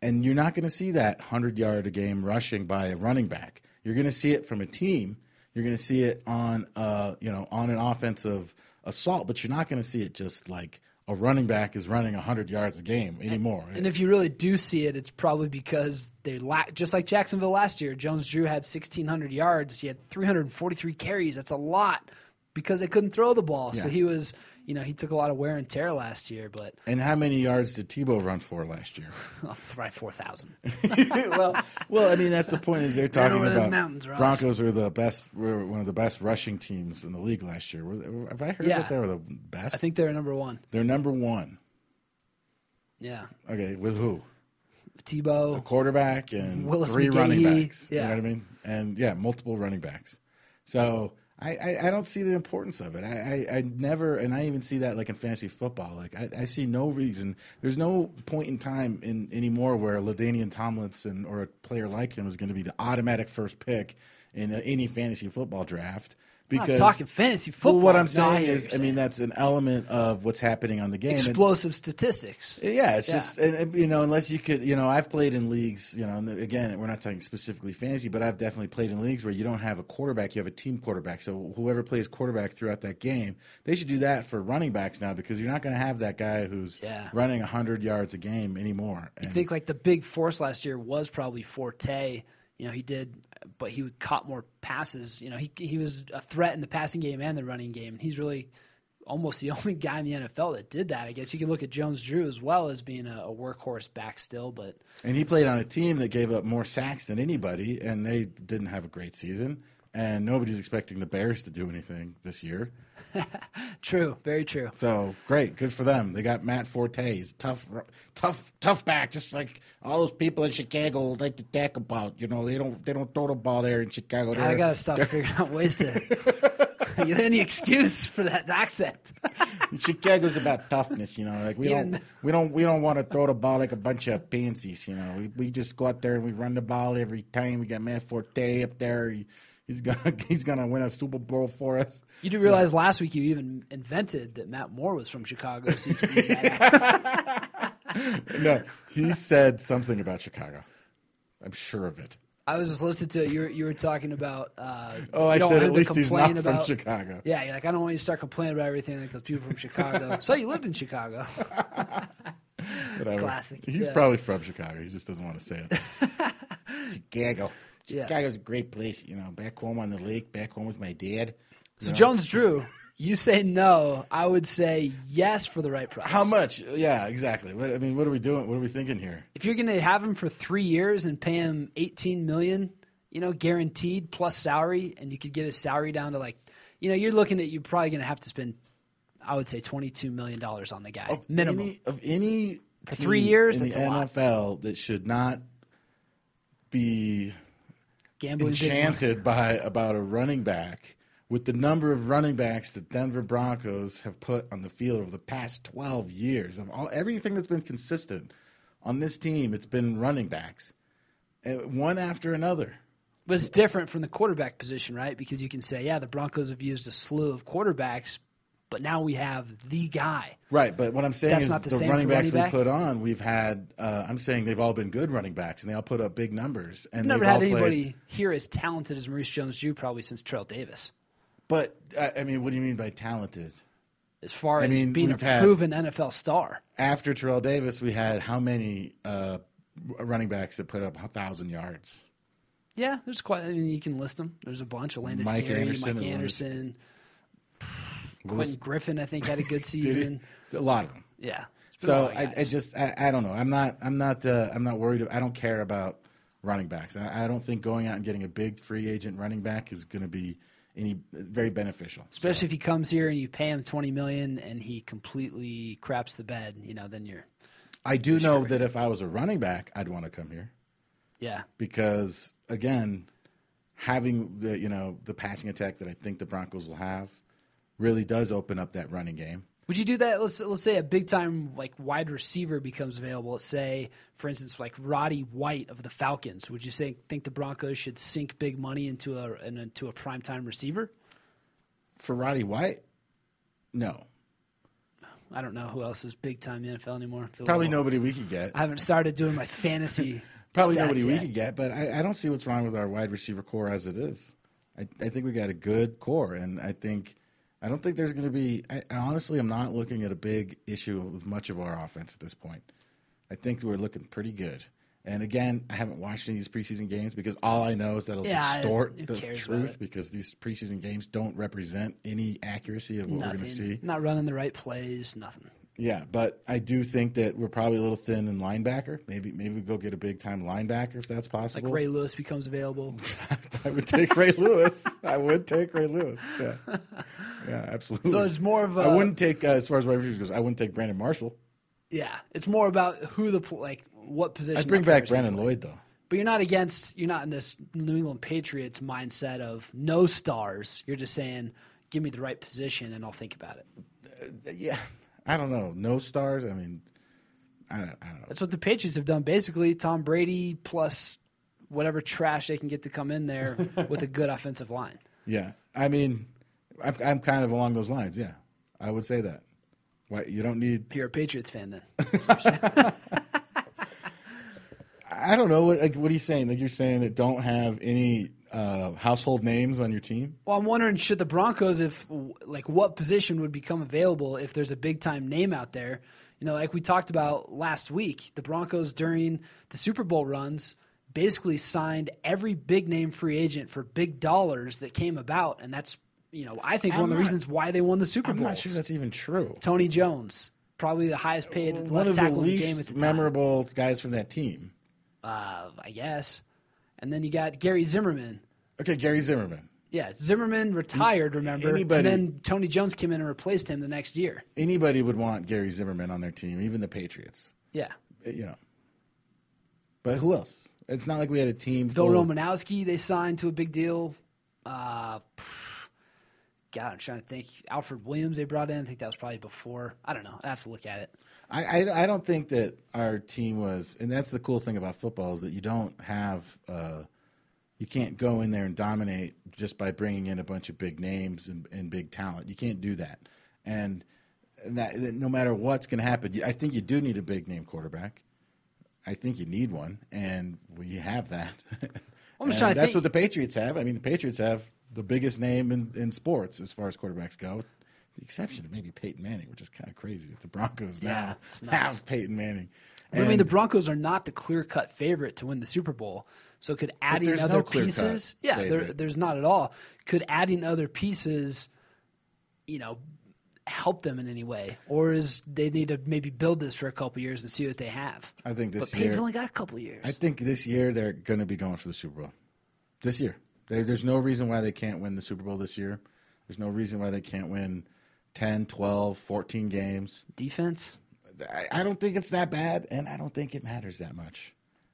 Speaker 2: and you're not going to see that 100 yard a game rushing by a running back. You're going to see it from a team. You're going to see it on uh, you know, on an offensive assault, but you're not going to see it just like a running back is running 100 yards a game anymore.
Speaker 3: And if you really do see it, it's probably because they lack, just like Jacksonville last year. Jones Drew had 1,600 yards. He had 343 carries. That's a lot because they couldn't throw the ball. So
Speaker 2: Yeah.
Speaker 3: he was, you know, he took a lot of wear and tear last year, but
Speaker 2: and how many yards did Tebow run for last year?
Speaker 3: oh, right 4,000.
Speaker 2: well, well, I mean that's the point. Is they're talking
Speaker 3: over the
Speaker 2: about
Speaker 3: mountains, Ross.
Speaker 2: Broncos are the best. Were one of the best rushing teams in the league last year. Were they- Have I heard
Speaker 3: Yeah.
Speaker 2: that they were the best?
Speaker 3: I think they're number one.
Speaker 2: they're number one.
Speaker 3: Yeah.
Speaker 2: Okay, with who?
Speaker 3: Tebow.
Speaker 2: Quarterback and
Speaker 3: Willis
Speaker 2: three running
Speaker 3: McGahee.
Speaker 2: backs.
Speaker 3: Yeah.
Speaker 2: You know what I mean? And yeah, multiple running backs. So I, I, I don't see the importance of it. I, I, I never, and I even see that like in fantasy football. Like I, I see no reason. There's no point in time in anymore where Ladainian Tomlinson or a player like him is going to be the automatic first pick in any fantasy football draft.
Speaker 3: I'm
Speaker 2: Because
Speaker 3: not talking fantasy football.
Speaker 2: well, what I'm
Speaker 3: No, I
Speaker 2: saying
Speaker 3: hear
Speaker 2: is,
Speaker 3: what
Speaker 2: I
Speaker 3: you're
Speaker 2: mean, that's an element of what's happening on the game. And-
Speaker 3: saying. explosive statistics.
Speaker 2: yeah, it's
Speaker 3: Yeah.
Speaker 2: just and, and, you know unless you could you know I've played in leagues you know and again we're not talking specifically fantasy but I've definitely played in leagues where you don't have a quarterback you have a team quarterback so whoever plays quarterback throughout that game they should do that for running backs now because you're not going to have that guy who's
Speaker 3: Yeah.
Speaker 2: running hundred yards a game anymore.
Speaker 3: I
Speaker 2: And-
Speaker 3: think like the big force last year was probably Forte. You know, he did, but he caught more passes. You know, he he was a threat in the passing game and the running game. He's really almost the only guy in the NFL that did that. I guess you can look at Jones Drew as well as being a, a workhorse back still, but
Speaker 2: And he played on a team that gave up more sacks than anybody, and they didn't have a great season. And nobody's expecting the Bears to do anything this year.
Speaker 3: true, very true.
Speaker 2: So great, good for them. They got Matt Forte's tough, tough, tough back. Just like all those people in Chicago like to talk about. You know, they don't they don't throw the ball there in Chicago.
Speaker 3: I
Speaker 2: They're-
Speaker 3: gotta stop figuring out ways to get any excuse for that accent.
Speaker 2: Chicago's about toughness, you know. Like we
Speaker 3: Even-
Speaker 2: don't, we don't, we don't want to throw the ball like a bunch of pansies, you know. We, we just go out there and we run the ball every time. We got Matt Forte up there. He, he's gonna, he's gonna win a Super Bowl for us.
Speaker 3: You do realize last week you even invented that Matt Moore was from Chicago, so you could use that accent.
Speaker 2: No, he said something about Chicago. I'm sure of it.
Speaker 3: I was just listening to it. You were, you were talking about. Uh,
Speaker 2: Oh,
Speaker 3: you
Speaker 2: I
Speaker 3: don't
Speaker 2: said
Speaker 3: have
Speaker 2: at
Speaker 3: to
Speaker 2: least he's
Speaker 3: complain
Speaker 2: not from
Speaker 3: about-
Speaker 2: Chicago.
Speaker 3: Yeah, you're like, I don't want you to start complaining about everything like those people from Chicago. so you lived in Chicago.
Speaker 2: Whatever.
Speaker 3: Classic,
Speaker 2: He's
Speaker 3: yeah.
Speaker 2: probably from Chicago. He just doesn't want to say it. Chicago.
Speaker 3: Yeah.
Speaker 2: Chicago's a great place. You know, back home on the lake, back home with my dad.
Speaker 3: So Jones Drew, you say no. I would say yes for the right price.
Speaker 2: How much? Yeah, exactly. What, I mean, what are we doing? What are we thinking here?
Speaker 3: If you're going to have him for three years and pay him 18 million, you know, guaranteed plus salary, and you could get his salary down to like, you know, you're looking at you're probably going to have to spend, I would say, 22 million dollars on the guy minimum.
Speaker 2: Any, of any for
Speaker 3: three years,
Speaker 2: in
Speaker 3: that's
Speaker 2: the
Speaker 3: a lot.
Speaker 2: NFL that should not be
Speaker 3: Gambling big money.
Speaker 2: enchanted by about a running back with the number of running backs that Denver Broncos have put on the field over the past 12 years of all everything that's been consistent on this team it's been running backs eh, one after another
Speaker 3: But it's different from the quarterback position, right? Because you can say, yeah, the Broncos have used a slew of quarterbacks, but now we have the guy.
Speaker 2: right but what I'm saying
Speaker 3: That's
Speaker 2: is
Speaker 3: not the
Speaker 2: the,
Speaker 3: same
Speaker 2: running
Speaker 3: for
Speaker 2: backs
Speaker 3: running back?
Speaker 2: we put on we've had uh, I'm saying they've all been good running backs and they all put up big numbers and
Speaker 3: I've never
Speaker 2: they've
Speaker 3: had
Speaker 2: all played-
Speaker 3: anybody here as talented as Maurice Jones-Drew probably since Terrell Davis.
Speaker 2: but uh, I mean what do you mean by talented
Speaker 3: As far as
Speaker 2: mean,
Speaker 3: being a
Speaker 2: we've had-
Speaker 3: proven NFL star,
Speaker 2: after Terrell Davis we had how many uh, r- running backs that put up 1000 yards
Speaker 3: yeah, there's quite. I mean, you can list them. There's a bunch: Landis
Speaker 2: Mike
Speaker 3: Gary,
Speaker 2: Anderson
Speaker 3: Mike
Speaker 2: and
Speaker 3: Anderson,
Speaker 2: Willis-
Speaker 3: Quentin Griffin. I think had a good
Speaker 2: Did he?
Speaker 3: season.
Speaker 2: a lot of them.
Speaker 3: Yeah. it's been a
Speaker 2: So
Speaker 3: lot of
Speaker 2: I, I
Speaker 3: guys.
Speaker 2: just I, I don't know. I'm not I'm not uh, I'm not worried. I don't care about running backs. I, I don't think going out and getting a big free agent running back is going to be any very beneficial.
Speaker 3: especially if he comes here and you pay him twenty million and he completely craps the bed, you know, then you're
Speaker 2: I do know that if I was a running back, I'd want to come here
Speaker 3: yeah.
Speaker 2: because again, having the you know the passing attack that I think the Broncos will have really does open up that running game.
Speaker 3: Would you do that? Let's let's say a big time like wide receiver becomes available. Let's say, for instance, like Roddy White of the Falcons. Would you say think the Broncos should sink big money into a an- into a primetime receiver?
Speaker 2: For Roddy White, no,
Speaker 3: I don't know who else is big time in the NFL anymore. I feel
Speaker 2: probably
Speaker 3: a little-
Speaker 2: nobody we could get.
Speaker 3: I haven't started doing my fantasy.
Speaker 2: Probably
Speaker 3: stats
Speaker 2: nobody we
Speaker 3: yet.
Speaker 2: could get, but I, I don't see what's wrong with our wide receiver core as it is. I, I think we got a good core, and I think I don't think there's going to be. I, I honestly, I'm not looking at a big issue with much of our offense at this point. I think we're looking pretty good. And again, I haven't watched any of these preseason games because all I know is that'll
Speaker 3: Yeah, I-
Speaker 2: distort
Speaker 3: who
Speaker 2: the
Speaker 3: cares about
Speaker 2: truth
Speaker 3: it?
Speaker 2: because these preseason games don't represent any accuracy of what we're
Speaker 3: Nothing.
Speaker 2: going to see.
Speaker 3: Not running the right plays. Nothing.
Speaker 2: Yeah, but I do think that we're probably a little thin in linebacker. Maybe maybe we go get a big time linebacker if that's
Speaker 3: Like
Speaker 2: possible.
Speaker 3: Ray Lewis becomes available.
Speaker 2: I would take Ray Lewis. I would take Ray Lewis. Yeah, yeah, absolutely.
Speaker 3: So it's more of a
Speaker 2: I wouldn't take uh, as far as wide receivers goes. I wouldn't take Brandon Marshall.
Speaker 3: yeah. It's more about who the pl- like what position.
Speaker 2: I'd bring
Speaker 3: that
Speaker 2: back
Speaker 3: player's gonna
Speaker 2: Brandon Lloyd though.
Speaker 3: But you're not against. You're not in this New England Patriots mindset of no stars. You're just saying, give me the right position and I'll think about it.
Speaker 2: Yeah, I don't know. No stars. I mean, I don't, I don't know.
Speaker 3: That's what the Patriots have done. Basically, Tom Brady plus whatever trash they can get to come in there with a good offensive line.
Speaker 2: Yeah, I mean, I'm, I'm kind of along those lines. Yeah, I would say that. Why you don't need
Speaker 3: You're a Patriots fan then.
Speaker 2: I don't know. What, like, what are you saying? Like, you're saying that don't have any uh, household names on your team?
Speaker 3: Well, I'm wondering should the Broncos if like what position would become available if there's a big time name out there? You know, like we talked about last week, the Broncos during the Super Bowl runs basically signed every big name free agent for big dollars that came about, and that's you know, I think
Speaker 2: I'm
Speaker 3: one of
Speaker 2: not-
Speaker 3: the reasons why they won the Super
Speaker 2: I'm
Speaker 3: Bowl.
Speaker 2: not sure that's even true.
Speaker 3: Tony Jones, probably the highest paid
Speaker 2: One
Speaker 3: left
Speaker 2: of the
Speaker 3: tackle in the game at
Speaker 2: least
Speaker 3: the time.
Speaker 2: memorable guys from that team.
Speaker 3: uh, I guess. And then you got Gary Zimmerman.
Speaker 2: Okay, Gary Zimmerman.
Speaker 3: Yeah, Zimmerman retired, remember?
Speaker 2: anybody-
Speaker 3: And then Tony Jones came in and replaced him the next year.
Speaker 2: Anybody would want Gary Zimmerman on their team, even the Patriots.
Speaker 3: Yeah.
Speaker 2: Uh, You know. But who else? It's not like we had a team.
Speaker 3: Bill
Speaker 2: full of-
Speaker 3: Romanowski, they signed to a big deal. Uh, God, I'm trying to think. Alfred Williams, they brought in. I think that was probably before. I don't know. I have to look at it.
Speaker 2: I, I I don't think that our team was, and that's the cool thing about football is that you don't have, uh, you can't go in there and dominate just by bringing in a bunch of big names and, and big talent. You can't do that, and, and that, that no matter what's going to happen, you- I think you do need a big name quarterback. I think you need one, and we have that.
Speaker 3: I'm just
Speaker 2: And
Speaker 3: trying to
Speaker 2: that's
Speaker 3: think-
Speaker 2: what the Patriots have. I mean, the Patriots have the biggest name in, in sports as far as quarterbacks go. The exception of maybe Peyton Manning, which is kind of crazy. that The Broncos
Speaker 3: Yeah,
Speaker 2: now
Speaker 3: it's nuts.
Speaker 2: have Peyton Manning.
Speaker 3: But I mean,
Speaker 2: And
Speaker 3: the Broncos are not the clear cut favorite to win the Super Bowl. So could adding
Speaker 2: there's no
Speaker 3: other
Speaker 2: clear-cut
Speaker 3: pieces, yeah, there,
Speaker 2: favorite.
Speaker 3: there's not at all. Could adding other pieces, you know, help them in any way, or is they need to maybe build this for a couple years and see what they have?
Speaker 2: I think this
Speaker 3: But
Speaker 2: year,
Speaker 3: Payne's only got a couple years.
Speaker 2: I think this year they're going to be going for the Super Bowl. This year, there, there's no reason why they can't win the Super Bowl this year. There's no reason why they can't win 10, 12, 14 games.
Speaker 3: Defense.
Speaker 2: I, I don't think it's that bad, and I don't think it matters that much.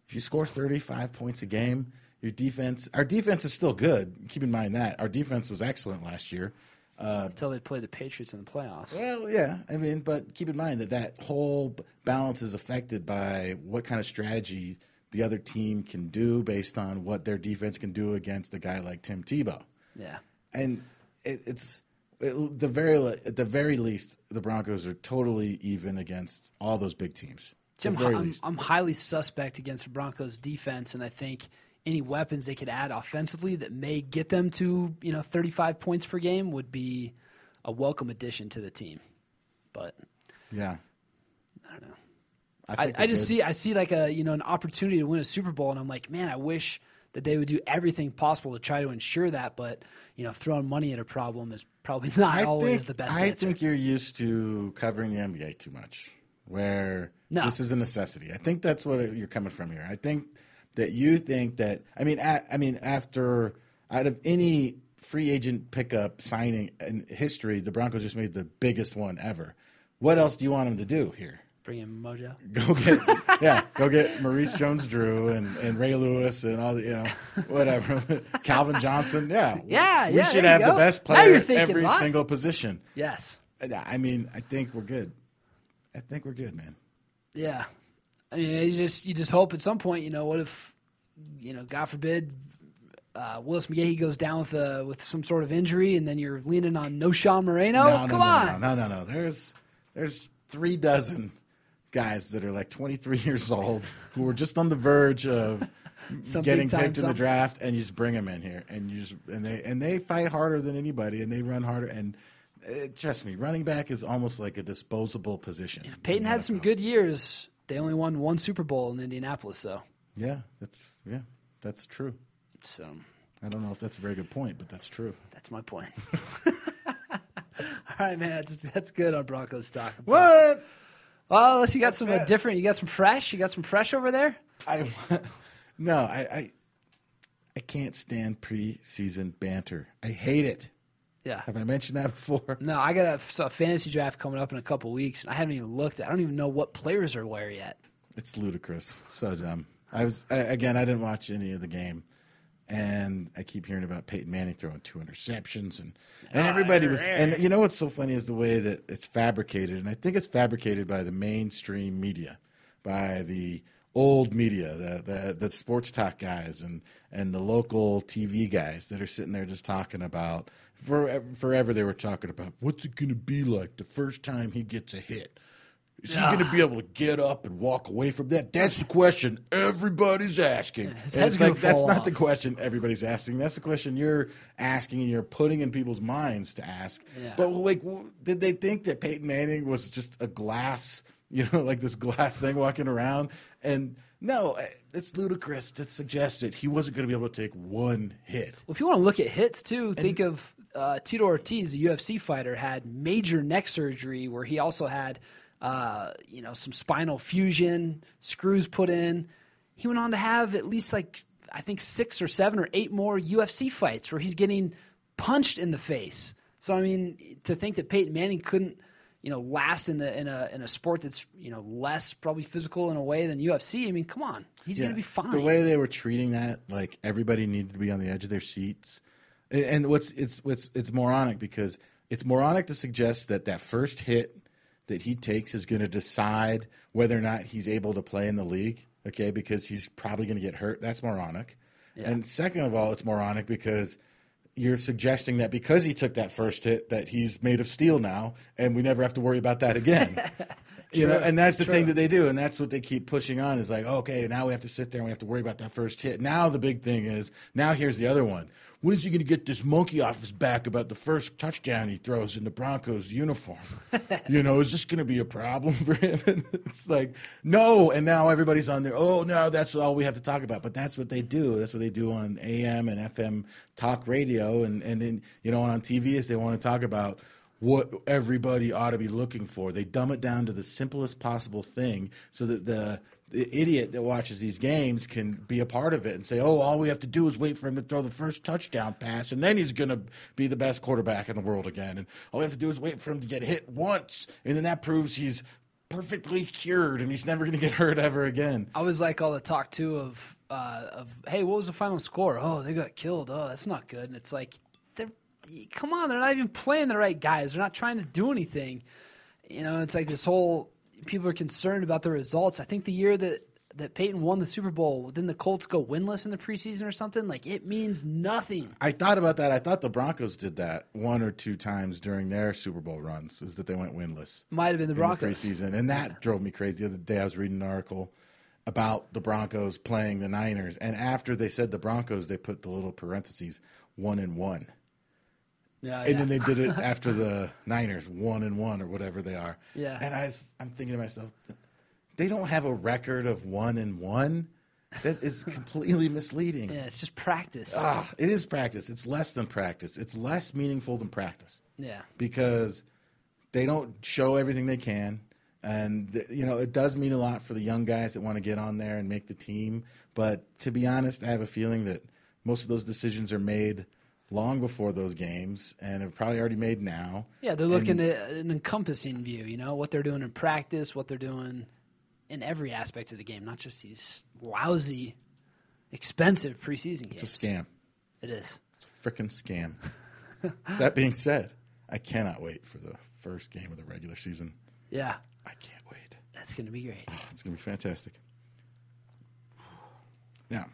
Speaker 2: If you score 35 points a game, your defense, our defense is still good. Keep in mind that our defense was excellent last year. Uh,
Speaker 3: until they play the Patriots in the playoffs.
Speaker 2: Well, yeah, I mean, but keep in mind that that whole b- balance is affected by what kind of strategy the other team can do based on what their defense can do against a guy like Tim Tebow.
Speaker 3: Yeah.
Speaker 2: and it, it's it, the very le- at the very least the Broncos are totally even against all those big teams. At
Speaker 3: Jim,
Speaker 2: the very
Speaker 3: I'm,
Speaker 2: least.
Speaker 3: I'm highly suspect against the Broncos defense, and I think any weapons they could add offensively that may get them to, you know, 35 points per game would be a welcome addition to the team. But
Speaker 2: yeah,
Speaker 3: I don't know.
Speaker 2: I,
Speaker 3: I,
Speaker 2: think
Speaker 3: I
Speaker 2: we're
Speaker 3: just
Speaker 2: good.
Speaker 3: see I see like a you know an opportunity to win a Super Bowl, and I'm like, man, I wish that they would do everything possible to try to ensure that. But you know, throwing money at a problem is probably not
Speaker 2: I
Speaker 3: always
Speaker 2: think,
Speaker 3: the best
Speaker 2: I
Speaker 3: answer.
Speaker 2: think you're used to covering the NBA too much, where
Speaker 3: No.
Speaker 2: this is a necessity. I think that's what you're coming from here. I think that you think that. I mean, a I mean, after out of any free agent pickup signing in history, the Broncos just made the biggest one ever. What else do you want them to do here?
Speaker 3: Bring in Mojo.
Speaker 2: go get yeah, go get Maurice Jones-Drew and, and Ray Lewis and all the you know whatever Calvin Johnson. Yeah,
Speaker 3: Yeah,
Speaker 2: we
Speaker 3: yeah,
Speaker 2: should
Speaker 3: there you
Speaker 2: have the
Speaker 3: go.
Speaker 2: best
Speaker 3: Now you're
Speaker 2: player at
Speaker 3: thinking
Speaker 2: every
Speaker 3: lots.
Speaker 2: single position.
Speaker 3: Yes.
Speaker 2: And I mean, I think we're good. I think we're good, man.
Speaker 3: Yeah, I mean, you just you just hope at some point, you know, what if, you know, God forbid, uh, Willis McGahee goes down with a, with some sort of injury, and then you're leaning on No Sean Moreno.
Speaker 2: no, no,
Speaker 3: Oh, Come
Speaker 2: no,
Speaker 3: on,
Speaker 2: no, no, no, no. There's there's three dozen guys that are like 23 years old who were just on the verge of
Speaker 3: Some
Speaker 2: getting
Speaker 3: big time
Speaker 2: picked in the
Speaker 3: some-
Speaker 2: draft, and you just bring them in here, and you just and they and they fight harder than anybody, and they run harder. And uh, trust me, running back is almost like a disposable position.
Speaker 3: Peyton
Speaker 2: in the
Speaker 3: had some
Speaker 2: NFL.
Speaker 3: good years. They only won one Super Bowl in Indianapolis, so
Speaker 2: Yeah, that's yeah, that's true.
Speaker 3: so
Speaker 2: I don't know if that's a very good point, but that's true.
Speaker 3: that's my point. All right, man, that's, that's good on Broncos talk. I'm talking-
Speaker 2: What?
Speaker 3: Well, unless you got some uh,
Speaker 2: it.
Speaker 3: different, you got some fresh, you got some fresh over there.
Speaker 2: I no, I, I I can't stand preseason banter. I hate it.
Speaker 3: Yeah,
Speaker 2: Have I mentioned that before?
Speaker 3: No, I got a, so a fantasy draft coming up in a couple weeks, and I haven't even looked. I don't even know what players are where yet.
Speaker 2: It's ludicrous. So dumb. I was I, again. I didn't watch any of the game, and I keep hearing about Peyton Manning throwing two interceptions, and and everybody was. And you know what's so funny is the way that it's fabricated, and I think it's fabricated by the mainstream media, by the old media, the the, the sports talk guys, and and the local TV guys that are sitting there just talking about. For, forever they were talking about what's it going to be like the first time he gets a hit. Is he going to be able to get up and walk away from that? That's the question everybody's asking.
Speaker 3: his
Speaker 2: And
Speaker 3: head's
Speaker 2: it's like,
Speaker 3: gonna
Speaker 2: that's
Speaker 3: fall
Speaker 2: not
Speaker 3: off.
Speaker 2: the question everybody's asking. That's the question you're asking and you're putting in people's minds to ask.
Speaker 3: Yeah.
Speaker 2: But like, w- did they think that Peyton Manning was just a glass, you know, like this glass thing walking around? And no, eh, it's ludicrous to suggest that he wasn't going to be able to take one hit.
Speaker 3: Well, if you want to look at hits too, think of uh, Tito Ortiz, the UFC fighter, had major neck surgery where he also had, uh, you know, some spinal fusion, screws put in. He went on to have at least like I think six or seven or eight more UFC fights where he's getting punched in the face. So I mean, to think that Peyton Manning couldn't, you know, last in the in a in a sport that's you know less probably physical in a way than UFC. I mean, come on, he's
Speaker 2: Yeah.
Speaker 3: gonna be fine.
Speaker 2: The way they were treating that, like everybody needed to be on the edge of their seats. And, and what's it's what's it's moronic because it's moronic to suggest that that first hit that he takes is going to decide whether or not he's able to play in the league. Okay, because he's probably going to get hurt. That's moronic. And second of all, it's moronic because you're suggesting that because he took that first hit that he's made of steel now and we never have to worry about that again you know and that's the thing that they do and that's what they keep pushing on is like okay now we have to sit there and we have to worry about that first hit now the big thing is now here's the other one when is he going to get this monkey off his back about the first touchdown he throws in the broncos uniform you know is this going to be a problem for him And it's like no and now everybody's on there oh no that's all we have to talk about but that's what they do that's what they do on am and fm talk radio and and then you know and on tv is they want to talk about what everybody ought to be looking for. They dumb it down to the simplest possible thing so that the, the idiot that watches these games can be a part of it and say, oh, all we have to do is wait for him to throw the first touchdown pass, and then he's going to be the best quarterback in the world again. And all we have to do is wait for him to get hit once, and then that proves he's perfectly cured and he's never going to get hurt ever again.
Speaker 3: I was like all the talk too of uh, of hey, what was the final score? Oh, they got killed. Oh, that's not good. And it's like, they're come on, they're not even playing the right guys. They're not trying to do anything. You know, it's like this whole people are concerned about the results. I think the year that that Peyton won the Super Bowl, didn't the Colts go winless in the preseason or something? Like it means nothing.
Speaker 2: I thought about that. I thought the Broncos did that one or two times during their Super Bowl runs, is that they went winless.
Speaker 3: Might have been
Speaker 2: in
Speaker 3: the
Speaker 2: the
Speaker 3: Broncos.
Speaker 2: preseason, and that drove me crazy. The other day, I was reading an article about the Broncos playing the Niners, and after they said the Broncos, they put the little parentheses one and one,
Speaker 3: yeah,
Speaker 2: and
Speaker 3: Oh, yeah.
Speaker 2: then they did it after the Niners one and one or whatever they are.
Speaker 3: Yeah.
Speaker 2: and I was, I'm thinking to myself, they don't have a record of one and one. That is completely misleading.
Speaker 3: yeah, it's just practice.
Speaker 2: Ah, it is practice. It's less than practice. It's less meaningful than practice
Speaker 3: yeah.
Speaker 2: because they don't show everything they can. And, th- you know, it does mean a lot for the young guys that want to get on there and make the team. But to be honest, I have a feeling that most of those decisions are made long before those games and are probably already made now.
Speaker 3: Yeah, they're looking at an encompassing view, you know, what they're doing in practice, what they're doing in every aspect of the game, not just these lousy, expensive preseason games.
Speaker 2: It's a scam.
Speaker 3: It is.
Speaker 2: It's a freaking scam. that being said, I cannot wait for the first game of the regular season.
Speaker 3: Yeah,
Speaker 2: I can't wait.
Speaker 3: that's going to be great.
Speaker 2: It's going to be fantastic. Now, are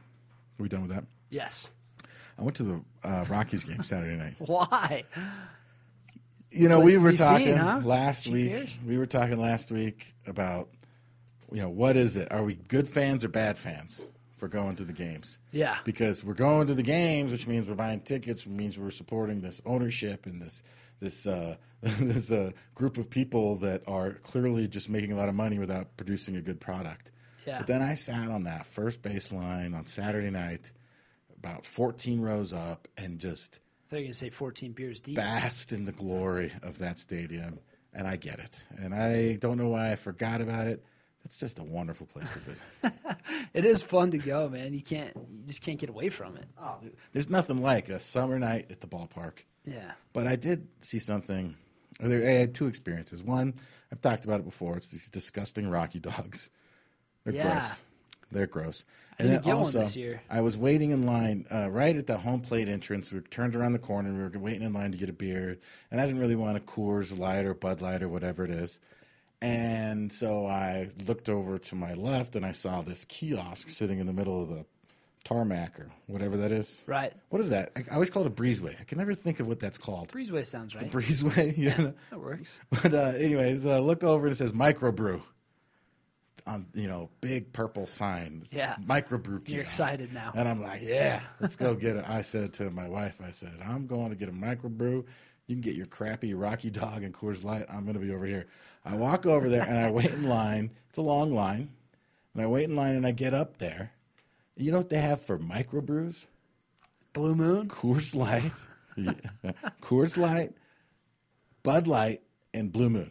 Speaker 2: we done with that?
Speaker 3: Yes.
Speaker 2: I went to the uh, Rockies game Saturday night.
Speaker 3: Why?
Speaker 2: You know,
Speaker 3: Place
Speaker 2: we
Speaker 3: to
Speaker 2: were
Speaker 3: be seen,
Speaker 2: talking
Speaker 3: huh?
Speaker 2: last
Speaker 3: Cheap
Speaker 2: week.
Speaker 3: beers?
Speaker 2: We were talking last week about, you know, what is it? Are we good fans or bad fans for going to the games?
Speaker 3: Yeah.
Speaker 2: Because we're going to the games, which means we're buying tickets, which means we're supporting this ownership and this this uh, this uh, group of people that are clearly just making a lot of money without producing a good product.
Speaker 3: Yeah.
Speaker 2: But then I sat on that first baseline on Saturday night, about 14 rows up, and just
Speaker 3: They're going to say 14 beers deep.
Speaker 2: basked in the glory of that stadium, and I get it. And I don't know why I forgot about it. It's just a wonderful place to visit.
Speaker 3: It is fun to go, man. You can't you just can't get away from it.
Speaker 2: Oh. There's nothing like a summer night at the ballpark.
Speaker 3: Yeah.
Speaker 2: But I did see something. or There, I had two experiences. One, I've talked about it before. It's these disgusting Rocky dogs. They're
Speaker 3: Yeah.
Speaker 2: gross. They're gross.
Speaker 3: I didn't get one this year.
Speaker 2: I was waiting in line uh, right at the home plate entrance. We turned around the corner. and We were waiting in line to get a beer, and I didn't really want a Coors Light or Bud Light or whatever it is. And so I looked over to my left, and I saw this kiosk sitting in the middle of the tarmac or whatever that is.
Speaker 3: Right.
Speaker 2: What is that? I I always call it a breezeway. I can never think of what that's called.
Speaker 3: Breezeway sounds right.
Speaker 2: Breezeway, you know.
Speaker 3: that works.
Speaker 2: But uh, anyways, uh, look over and it says microbrew on you know big purple sign.
Speaker 3: Yeah.
Speaker 2: microbrew.
Speaker 3: You're
Speaker 2: kiosk.
Speaker 3: excited now.
Speaker 2: And I'm like, yeah, let's go get it. I said to my wife, I said, I'm going to get a microbrew. You can get your crappy Rocky Dog and Coors Light. I'm going to be over here. I walk over there and I wait in line. It's a long line, and I wait in line and I get up there. You know what they have for microbrews?
Speaker 3: Blue Moon?
Speaker 2: Coors Light Coors Light, Bud Light, and Blue Moon.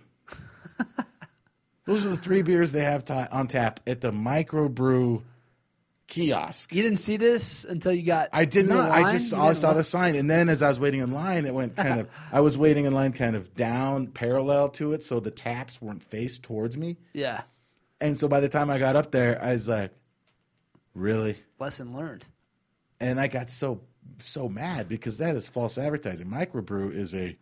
Speaker 2: Those are the three beers they have ti on tap at the microbrew kiosk.
Speaker 3: You didn't see this until you got.
Speaker 2: I did
Speaker 3: through the
Speaker 2: not. I
Speaker 3: line?
Speaker 2: just
Speaker 3: You
Speaker 2: all I
Speaker 3: didn't
Speaker 2: saw
Speaker 3: look?
Speaker 2: the sign, and then as I was waiting in line, it went kind of. I was waiting in line, kind of down, parallel to it, so the taps weren't faced towards me.
Speaker 3: Yeah.
Speaker 2: And so by the time I got up there, I was like, "Really?"
Speaker 3: Lesson learned.
Speaker 2: and I got so so mad because that is false advertising. Microbrew is a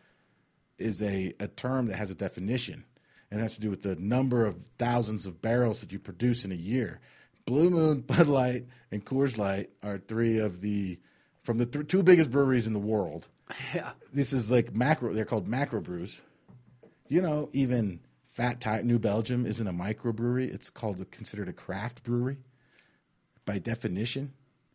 Speaker 2: is a, a term that has a definition and it has to do with the number of thousands of barrels that you produce in a year. Blue Moon, Bud Light, and Coors Light are three of the from the th- two biggest breweries in the world.
Speaker 3: Yeah.
Speaker 2: This is like macro; they're called macro brews. You know, even Fat Tire New Belgium isn't a microbrewery; it's called considered a craft brewery by definition.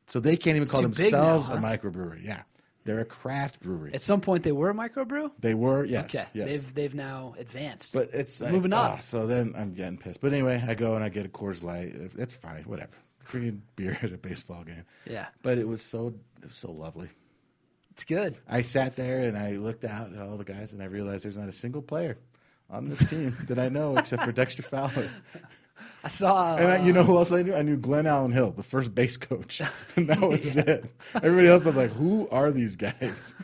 Speaker 2: So they can't even call
Speaker 3: too big now,
Speaker 2: themselves
Speaker 3: huh?
Speaker 2: a microbrewery. Yeah, they're a craft brewery.
Speaker 3: At some point, they were a microbrew.
Speaker 2: they were, yes,
Speaker 3: Okay.
Speaker 2: yes.
Speaker 3: They've they've now advanced.
Speaker 2: But it's like,
Speaker 3: Moving on.
Speaker 2: ah, so then I'm getting pissed. But anyway, I go and I get a Coors Light. It's fine, whatever. Drinking beer at a baseball game.
Speaker 3: Yeah.
Speaker 2: But it was so it was so lovely.
Speaker 3: it's good.
Speaker 2: I sat there and I looked out at all the guys and I realized there's not a single player on this team that I know except for Dexter Fowler.
Speaker 3: I saw.
Speaker 2: And I, you know who else I knew? I knew Glenn Allen Hill, the first base coach, and that was it. Everybody else, I'm like, who are these guys?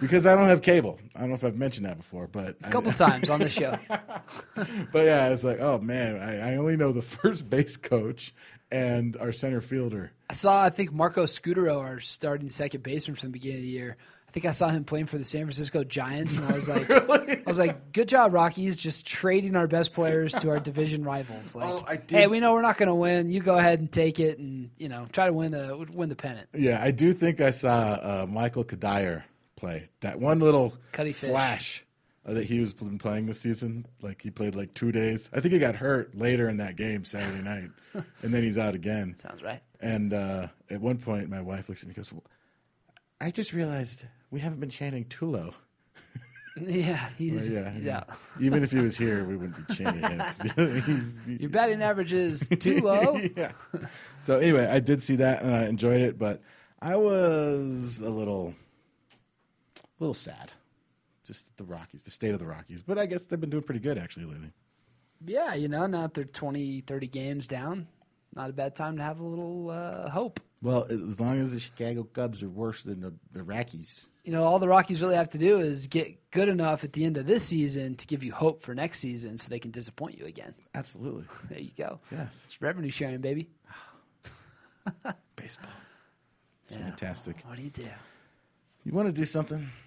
Speaker 2: Because I don't have cable. I don't know if I've mentioned that before, but
Speaker 3: a couple times on the show.
Speaker 2: but yeah, it's like, oh man, I, I only know the first base coach and our center fielder.
Speaker 3: I saw, I think, Marco Scudero, our starting second baseman from the beginning of the year. I think I saw him playing for the San Francisco Giants, and I was like, I was like, good job, Rockies, just trading our best players to our division rivals. Like,
Speaker 2: Oh, I did
Speaker 3: hey, we
Speaker 2: s-
Speaker 3: know we're not going to win. You go ahead and take it, and you know, try to win the win the pennant.
Speaker 2: Yeah, I do think I saw uh, Michael Kadire play that one little
Speaker 3: Cuddy Fish.
Speaker 2: flash uh, that he was been playing this season. Like he played like two days. I think he got hurt later in that game Saturday night, and then he's out again.
Speaker 3: Sounds right.
Speaker 2: And uh, at one point, my wife looks at me and goes, "Well, I just realized we haven't been chanting Tulo.
Speaker 3: Yeah, he's, he's out.
Speaker 2: Even if he was here, we wouldn't be chanting him. 'cause he's- he-
Speaker 3: Your batting average is oh. too low.
Speaker 2: yeah. So anyway, I did see that and I enjoyed it, but I was a little, a little sad. Just the Rockies, the state of the Rockies. But I guess they've been doing pretty good actually lately.
Speaker 3: yeah, you know, now that they're 20, 30 games down, not a bad time to have a little uh, hope.
Speaker 2: Well, as long as the Chicago Cubs are worse than the, the Rockies.
Speaker 3: you know, all the Rockies really have to do is get good enough at the end of this season to give you hope for next season so they can disappoint you again.
Speaker 2: Absolutely.
Speaker 3: There you go.
Speaker 2: Yes.
Speaker 3: It's revenue sharing, baby.
Speaker 2: Baseball. It's fantastic.
Speaker 3: What do you do?
Speaker 2: You want to do something?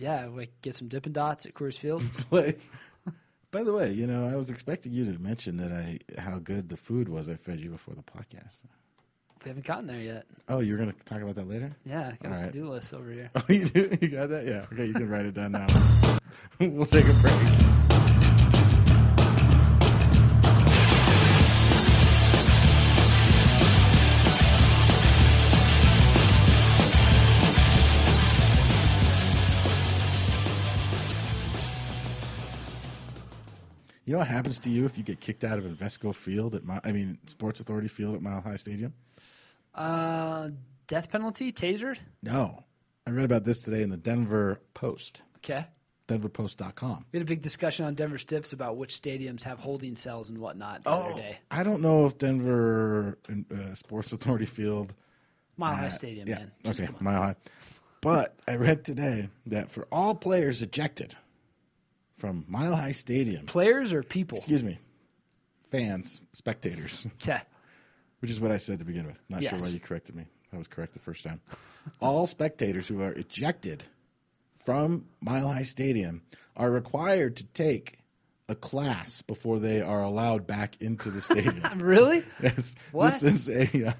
Speaker 3: Yeah, like get some dipping dots at Coors Field.
Speaker 2: Play. By the way, you know, I was expecting you to mention that I how good the food was I fed you before the podcast.
Speaker 3: we haven't gotten there yet.
Speaker 2: Oh, you were going to talk about that later?
Speaker 3: Yeah, got
Speaker 2: All
Speaker 3: a
Speaker 2: right.
Speaker 3: to-do list over here.
Speaker 2: Oh, you do? You got that? Yeah. Okay, you can write it down now. we'll take a break. You know what happens to you if you get kicked out of Invesco Field at my, I mean Sports Authority Field at Mile High Stadium?
Speaker 3: Uh, death penalty, tasered.
Speaker 2: No. I read about this today in the Denver Post,
Speaker 3: Okay.
Speaker 2: denverpost.com.
Speaker 3: We had a big discussion on Denver Stiffs about which stadiums have holding cells and whatnot the
Speaker 2: Oh.
Speaker 3: other day.
Speaker 2: I don't know if Denver uh, Sports Authority Field.
Speaker 3: Mile High Stadium, man. Just
Speaker 2: Uh, okay, mile high. But I read today that for all players ejected from Mile High Stadium,
Speaker 3: Players or people?
Speaker 2: excuse me, fans, spectators,
Speaker 3: Okay.
Speaker 2: which is what I said to begin with. Not sure
Speaker 3: Yes.
Speaker 2: why you corrected me. I was correct the first time. all spectators who are ejected from Mile High Stadium are required to take a class before they are allowed back into the stadium.
Speaker 3: Really?
Speaker 2: Yes.
Speaker 3: What?
Speaker 2: This is a uh,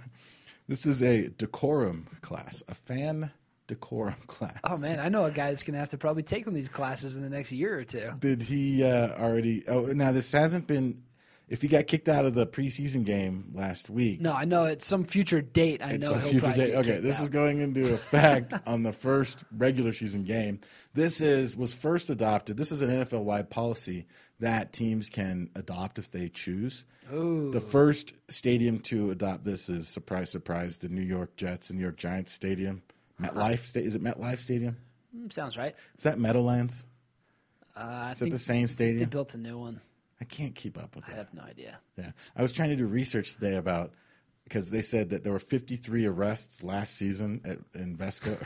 Speaker 2: this is a decorum class, a fan decorum class.
Speaker 3: Oh man, I know a guy that's gonna have to probably take one of these classes in the next year or two.
Speaker 2: Did he uh, already? Oh, now this hasn't been. If he got kicked out of the preseason game last week,
Speaker 3: No, I know at some future date. I know
Speaker 2: a
Speaker 3: he'll
Speaker 2: future
Speaker 3: probably
Speaker 2: date.
Speaker 3: get
Speaker 2: Okay,
Speaker 3: kicked
Speaker 2: this
Speaker 3: out.
Speaker 2: is going into effect on the first regular season game. This is was first adopted. This is an NFL wide policy that teams can adopt if they choose. The first stadium to adopt this is surprise, surprise, the New York Jets and New York Giants Stadium. MetLife Sta- is it MetLife Stadium?
Speaker 3: Mm, sounds right.
Speaker 2: Is that Meadowlands?
Speaker 3: Uh, I
Speaker 2: Is that
Speaker 3: think
Speaker 2: the same
Speaker 3: they
Speaker 2: stadium?
Speaker 3: built a new one.
Speaker 2: I can't keep up with
Speaker 3: I
Speaker 2: that.
Speaker 3: have no idea.
Speaker 2: Yeah, I was trying to do research today about because they said that there were 53 arrests last season at in Vesca.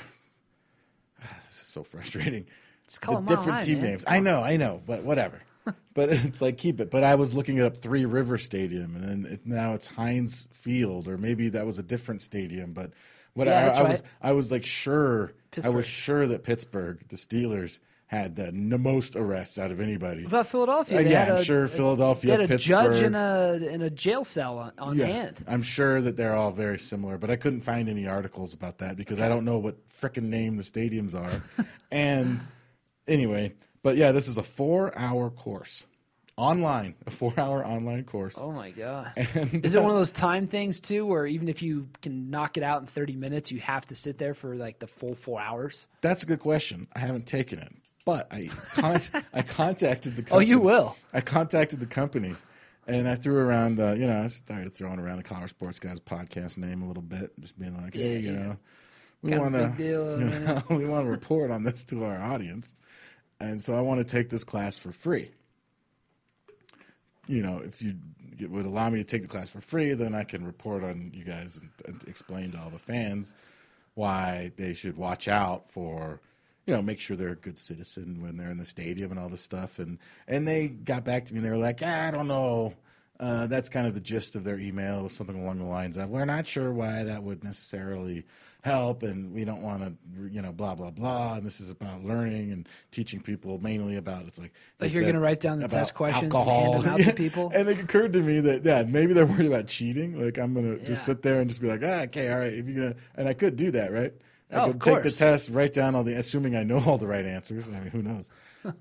Speaker 2: this is so frustrating.
Speaker 3: Just call
Speaker 2: the
Speaker 3: them
Speaker 2: different
Speaker 3: online,
Speaker 2: team
Speaker 3: man.
Speaker 2: names. I know, I know, but whatever. but it's like keep it. But I was looking it up Three River Stadium, and then it, now it's Heinz Field, or maybe that was a different stadium. But what
Speaker 3: Yeah,
Speaker 2: I,
Speaker 3: that's
Speaker 2: I was,
Speaker 3: right.
Speaker 2: I was like sure, I
Speaker 3: Pittsburgh.
Speaker 2: was sure that Pittsburgh, the Steelers, had the n- most arrests out of anybody.
Speaker 3: What about Philadelphia?
Speaker 2: Uh,
Speaker 3: They
Speaker 2: yeah,
Speaker 3: had
Speaker 2: I'm
Speaker 3: a-
Speaker 2: sure
Speaker 3: They
Speaker 2: Philadelphia,
Speaker 3: had a
Speaker 2: Pittsburgh,
Speaker 3: judge in a in a jail cell on, on
Speaker 2: yeah,
Speaker 3: hand.
Speaker 2: I'm sure that they're all very similar, but I couldn't find any articles about that because I don't know what frickin' name the stadiums are. and anyway, but yeah, this is a four hour course online, a four hour online course.
Speaker 3: Oh my god! Is it one of those time things too, where even if you can knock it out in thirty minutes, you have to sit there for like the full four hours?
Speaker 2: That's a good question. I haven't taken it, but I, con- I contacted the
Speaker 3: Oh,
Speaker 2: company.
Speaker 3: you will.
Speaker 2: I contacted the company and I threw around, uh, you know, I started throwing around the Collar Sports Guys podcast name a little bit, just being like, hey, you know, we
Speaker 3: Kind
Speaker 2: want
Speaker 3: of
Speaker 2: to,
Speaker 3: big deal,
Speaker 2: you
Speaker 3: man.
Speaker 2: know, we want to report on this to our audience, and so I want to take this class for free. You know, if you it would allow me to take the class for free, then I can report on you guys and, and explain to all the fans why they should watch out for you know make sure they're a good citizen when they're in the stadium and all this stuff and and they got back to me and they were like "Ah, i don't know uh, that's kind of the gist of their email was something along the lines of we're not sure why that would necessarily help and we don't want to you know blah blah blah and this is about learning and teaching people mainly about it's like they
Speaker 3: Like you're
Speaker 2: said
Speaker 3: gonna write down the test
Speaker 2: about
Speaker 3: questions and hand them out to people?
Speaker 2: and it occurred to me that yeah, maybe they're worried about cheating. Like I'm gonna
Speaker 3: Yeah.
Speaker 2: just sit there and just be like, ah, okay, all right. If you gonna, and I could do that, right? I
Speaker 3: Oh,
Speaker 2: could
Speaker 3: of
Speaker 2: take the
Speaker 3: course.
Speaker 2: test, write down all the, assuming I know all the right answers. I mean, who knows?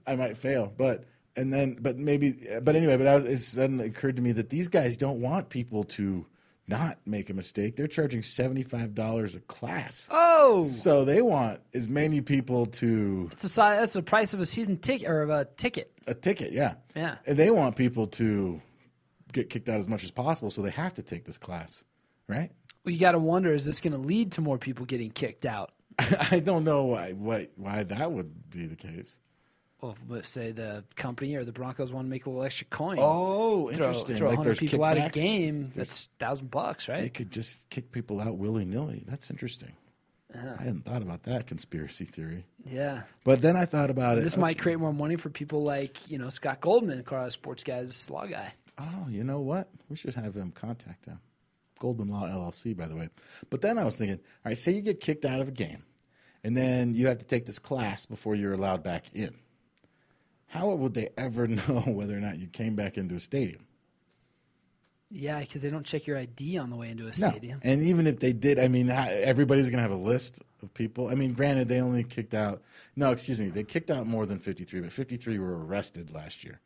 Speaker 2: I might fail, but and then, but maybe, but anyway, but I was, it suddenly occurred to me that these guys don't want people to not make a mistake. They're charging seventy five dollars a class,
Speaker 3: Oh,
Speaker 2: so they want as many people to
Speaker 3: it's a, si- that's the price of a season ticket or of a ticket.
Speaker 2: a ticket, yeah.
Speaker 3: Yeah.
Speaker 2: And they want people to get kicked out as much as possible, so they have to take this class, right?
Speaker 3: Well, you got to wonder: is this going to lead to more people getting kicked out?
Speaker 2: I don't know why why why that would be the case.
Speaker 3: Well, let's say the company or the Broncos want to make a little extra coin.
Speaker 2: Oh,
Speaker 3: throw,
Speaker 2: interesting.
Speaker 3: throw
Speaker 2: like
Speaker 3: 100
Speaker 2: there's
Speaker 3: people
Speaker 2: kickbacks.
Speaker 3: out of game. That's thousand bucks,
Speaker 2: They
Speaker 3: right?
Speaker 2: could just kick people out willy nilly. That's interesting.
Speaker 3: Uh-huh.
Speaker 2: I hadn't thought about that conspiracy theory.
Speaker 3: Yeah.
Speaker 2: But then I thought about it.
Speaker 3: This might create more money for people like you know Scott Goldman, Colorado sports guys, law guy.
Speaker 2: Oh, you know what? We should have him contact them. Goldman Law LLC, by the way. But then I was thinking, all right, say you get kicked out of a game, and then you have to take this class before you're allowed back in. How would they ever know whether or not you came back into a stadium?
Speaker 3: Yeah, because they don't check your ID on the way into a
Speaker 2: No.
Speaker 3: stadium.
Speaker 2: And even if they did, I mean, how- everybody's going to have a list of people. I mean, granted, they only kicked out, no, excuse me, they kicked out more than 53, but 53 were arrested last year.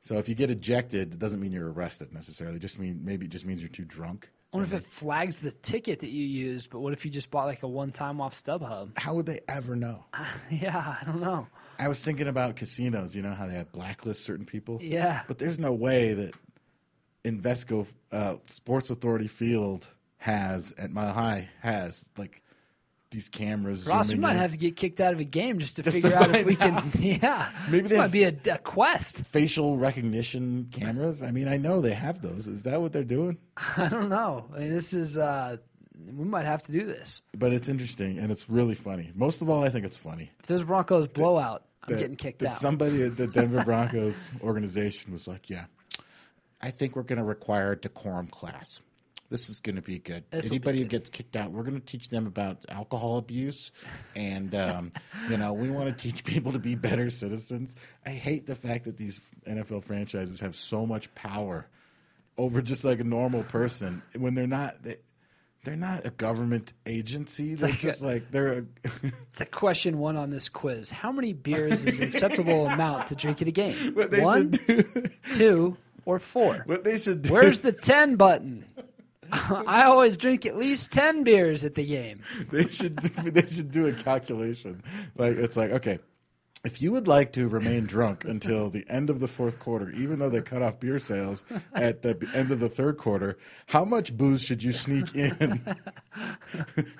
Speaker 2: So if you get ejected, it doesn't mean you're arrested necessarily. It just mean maybe it just means you're too drunk.
Speaker 3: I wonder if it flags the ticket that you used, but what if you just bought like a one time off StubHub?
Speaker 2: how would they ever know?
Speaker 3: yeah, I don't know.
Speaker 2: I was thinking about casinos, you know, how they have blacklist certain people.
Speaker 3: Yeah.
Speaker 2: But there's no way that Invesco uh, Sports Authority Field has, at Mile High, has like these cameras.
Speaker 3: Ross, we
Speaker 2: zooming
Speaker 3: might
Speaker 2: in.
Speaker 3: have to get kicked out of a game just to
Speaker 2: Just
Speaker 3: figure
Speaker 2: to
Speaker 3: out if
Speaker 2: find
Speaker 3: we can. Yeah,
Speaker 2: Maybe
Speaker 3: this
Speaker 2: they
Speaker 3: might
Speaker 2: have-
Speaker 3: be a, a quest.
Speaker 2: facial recognition cameras. I mean, I know they have those. Is that what they're doing?
Speaker 3: I don't know. I mean, this is uh, we might have to do this.
Speaker 2: But it's interesting and it's really funny. Most of all, I think it's funny.
Speaker 3: If there's a Broncos blowout, I'm
Speaker 2: that-
Speaker 3: getting kicked
Speaker 2: that
Speaker 3: out.
Speaker 2: Somebody at the Denver Broncos organization was like, "Yeah, I think we're going to require a decorum class. This is going to be good.
Speaker 3: This'll be
Speaker 4: Anybody who gets kicked out, we're going to teach them about alcohol abuse, and um, you know we want to teach people to be better.
Speaker 2: Better citizens." I hate the fact that these NFL franchises have so much power over just like a normal person when they're not. They, they're not a government agency. They're
Speaker 3: like a-
Speaker 2: just like they're. A,
Speaker 3: It's like question one on this quiz. How many beers is an acceptable amount to drink at a game?
Speaker 2: What they
Speaker 3: One, two, or four?
Speaker 2: what they should do.
Speaker 3: Where's the 10 button? I always drink at least 10 beers at the game.
Speaker 2: they should they should do a calculation. Like it's like okay, If you would like to remain drunk until the end of the fourth quarter, even though they cut off beer sales at the end of the third quarter, how much booze should you sneak in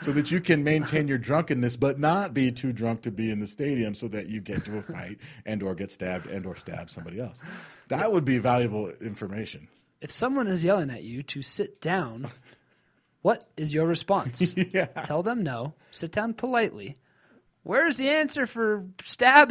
Speaker 2: so that you can maintain your drunkenness but not be too drunk to be in the stadium so that you get to a fight and or get stabbed and or stab somebody else? That would be valuable information.
Speaker 3: If someone is yelling at you to sit down, what is your response?
Speaker 2: Yeah.
Speaker 3: Tell them no. Sit down politely. Where's the answer for stab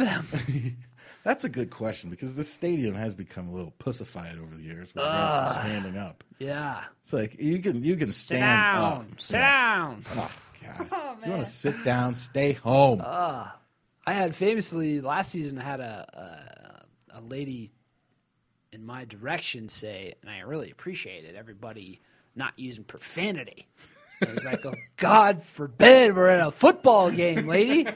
Speaker 3: him?
Speaker 2: That's a good question because this stadium has become a little pussified over the years with regards to standing up.
Speaker 3: yeah.
Speaker 2: It's like you can you can
Speaker 3: Sit
Speaker 2: stand
Speaker 3: down.
Speaker 2: up.
Speaker 3: Sit down.
Speaker 2: Oh, God. If you want to sit down, stay home.
Speaker 3: I had famously last season I had a, a a lady in my direction say, and I really appreciated everybody not using profanity. I was like, "Oh God forbid we're in a football game, lady,"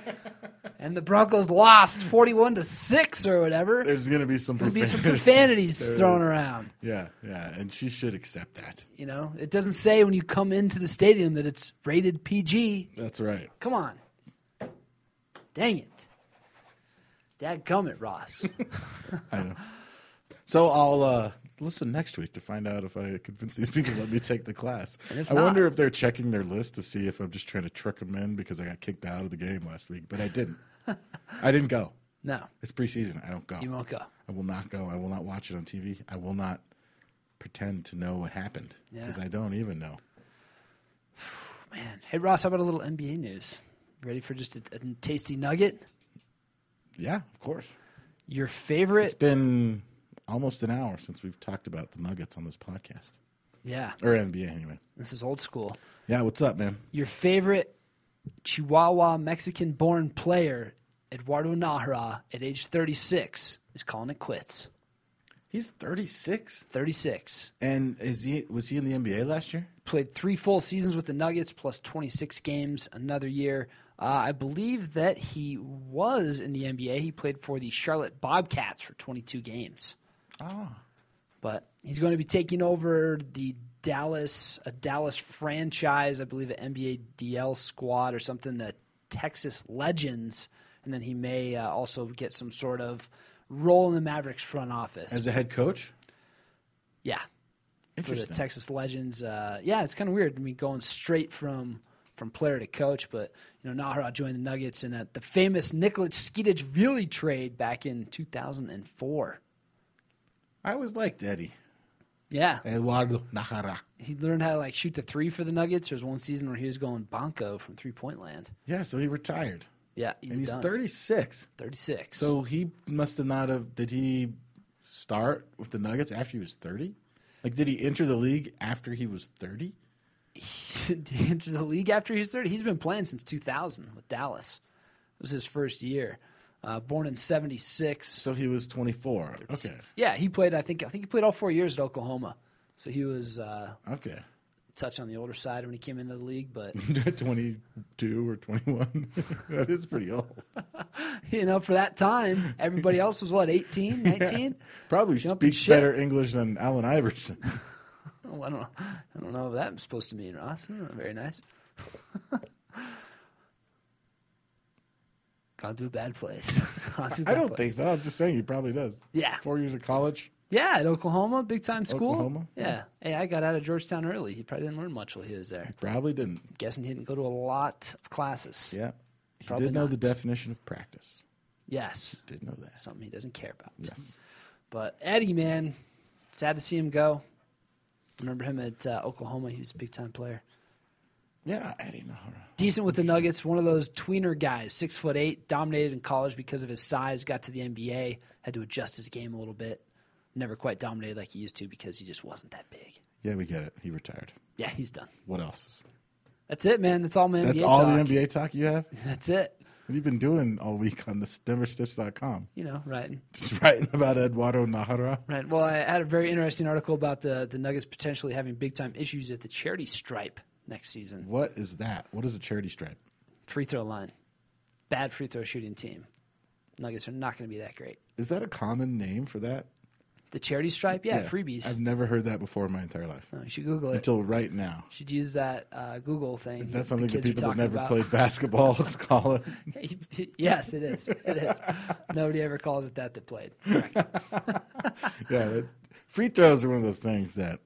Speaker 3: and the Broncos lost forty-one to six or whatever. There's
Speaker 2: There's going to be some
Speaker 3: gonna be some
Speaker 2: profanity.
Speaker 3: profanities
Speaker 2: There
Speaker 3: thrown
Speaker 2: is.
Speaker 3: around.
Speaker 2: Yeah, yeah, and she should accept that.
Speaker 3: You know, it doesn't say when you come into the stadium that it's rated PG.
Speaker 2: That's right.
Speaker 3: Come on. Dang it. Dadgummit, Ross.
Speaker 2: I know. So I'll uh, listen next week to find out if I convince these people to let me take the class.
Speaker 3: if
Speaker 2: I
Speaker 3: not-
Speaker 2: wonder if they're checking their list to see if I'm just trying to trick them in because I got kicked out of the game last week, but I didn't. I didn't go.
Speaker 3: no,
Speaker 2: It's preseason. I don't go.
Speaker 3: you won't go.
Speaker 2: I will not go. I will not watch it on TV. I will not pretend to know what happened because
Speaker 3: Yeah.
Speaker 2: I don't even know.
Speaker 3: Man, hey Ross, how about a little NBA news? Ready for just a, a tasty nugget?
Speaker 2: Yeah, of course.
Speaker 3: Your
Speaker 2: It's
Speaker 3: favorite?
Speaker 2: been almost an hour since we've talked about the Nuggets on this podcast
Speaker 3: Yeah,
Speaker 2: or NBA anyway.
Speaker 3: this is old school.
Speaker 2: Yeah, what's up, man?
Speaker 3: Your favorite Chihuahua Mexican-born player, Eduardo Nahra, at age 36, is calling it quits.
Speaker 2: He's 36,
Speaker 3: 36
Speaker 2: and is he was he in the NBA last year?
Speaker 3: played three full seasons with the Nuggets, plus 26 games another year. Uh, I believe that he was in the NBA. He played for the Charlotte Bobcats for 22 games. Ah. but he's going to be taking over the Dallas a Dallas franchise, I believe, an NBA DL squad or something, the Texas Legends, and then he may uh, also get some sort of role in the Mavericks front office.
Speaker 2: As a head coach?
Speaker 3: yeah, for the
Speaker 2: Interesting.
Speaker 3: Texas Legends. Uh, yeah, it's kind of weird. I mean, going straight from from player to coach, but you know, Nahra joined the Nuggets in a, the famous Nikolic Skidic Vili trade back in 2004.
Speaker 2: I always liked Eddie
Speaker 3: Yeah.
Speaker 2: Eduardo Najara.
Speaker 3: he learned how to like shoot the three for the Nuggets. There was one season where he was going bonko from three point land.
Speaker 2: Yeah, so he retired,
Speaker 3: Yeah, he's,
Speaker 2: and he's
Speaker 3: done.
Speaker 2: 36.
Speaker 3: 36.
Speaker 2: So he must have not have. Did he start with the Nuggets after he was 30? Like, did he enter the league after he was 30?
Speaker 3: Did he enter the league after he's 30. He's been playing since 2000 with Dallas. It was his first year. Uh, born in 76.
Speaker 2: So he was 24. Okay.
Speaker 3: yeah, he played. I think I think he played all four years at Oklahoma. So he was uh,
Speaker 2: Okay.
Speaker 3: a touch on the older side when he came into the league, but
Speaker 2: 22 or 21. that is pretty old.
Speaker 3: you know, for that time, everybody else was what 18, 19.
Speaker 2: Probably
Speaker 3: Jumping
Speaker 2: speaks
Speaker 3: ship.
Speaker 2: better English than Allen Iverson.
Speaker 3: Oh, I don't know. I don't know what that's supposed to mean, Ross. Hmm, very nice. Gone to a bad place. Gone to a
Speaker 2: I
Speaker 3: bad
Speaker 2: don't
Speaker 3: place.
Speaker 2: think so. I'm just saying he probably does.
Speaker 3: Yeah.
Speaker 2: Four years of college.
Speaker 3: Yeah, at Oklahoma, big time school.
Speaker 2: Oklahoma?
Speaker 3: Yeah. Hey, I got out of Georgetown early. He probably didn't learn much while he was there.
Speaker 2: Probably didn't.
Speaker 3: Guessing he didn't go to a lot of classes.
Speaker 2: Yeah. He
Speaker 3: Probably
Speaker 2: did know the
Speaker 3: not.
Speaker 2: definition of practice.
Speaker 3: Yes.
Speaker 2: Did know that.
Speaker 3: Something he doesn't care about.
Speaker 2: Yes.
Speaker 3: But Eddie, man, sad to see him go. Remember him at uh, Oklahoma? He was a big time player.
Speaker 2: Yeah, Eddie Nahara.
Speaker 3: decent with the Nuggets. One of those tweener guys, six foot eight, dominated in college because of his size. Got to the NBA, had to adjust his game a little bit. Never quite dominated like he used to because he just wasn't that big.
Speaker 2: Yeah, we get it. He retired.
Speaker 3: Yeah, he's done.
Speaker 2: What else?
Speaker 3: That's it, man. That's all my
Speaker 2: That's
Speaker 3: NBA
Speaker 2: all
Speaker 3: talk.
Speaker 2: the NBA talk you have? What
Speaker 3: That's it.
Speaker 2: have you been doing all week on the denverstiffs.com?
Speaker 3: You know, writing,
Speaker 2: Just writing about Eduardo Nahara.
Speaker 3: right? Well, I had a very interesting article about the the Nuggets potentially having big time issues at the charity stripe next season.
Speaker 2: What is that? What is a charity stripe?
Speaker 3: Free throw line, bad free throw shooting team. Nuggets are not going to be that great.
Speaker 2: Is that a common name for that?
Speaker 3: The charity stripe? Yeah, freebies. Uh,
Speaker 2: I've never heard that before in my entire life
Speaker 3: No, you should Google it.
Speaker 2: until right now.
Speaker 3: should use that uh, Google thing.
Speaker 2: Is that something
Speaker 3: the
Speaker 2: that
Speaker 3: kids
Speaker 2: people
Speaker 3: are
Speaker 2: that
Speaker 3: talking
Speaker 2: never
Speaker 3: about.
Speaker 2: played basketball call it?
Speaker 3: yes, it is. It is. Nobody ever calls it that that played. Correct.
Speaker 2: Yeah, that, free throws are one of those things that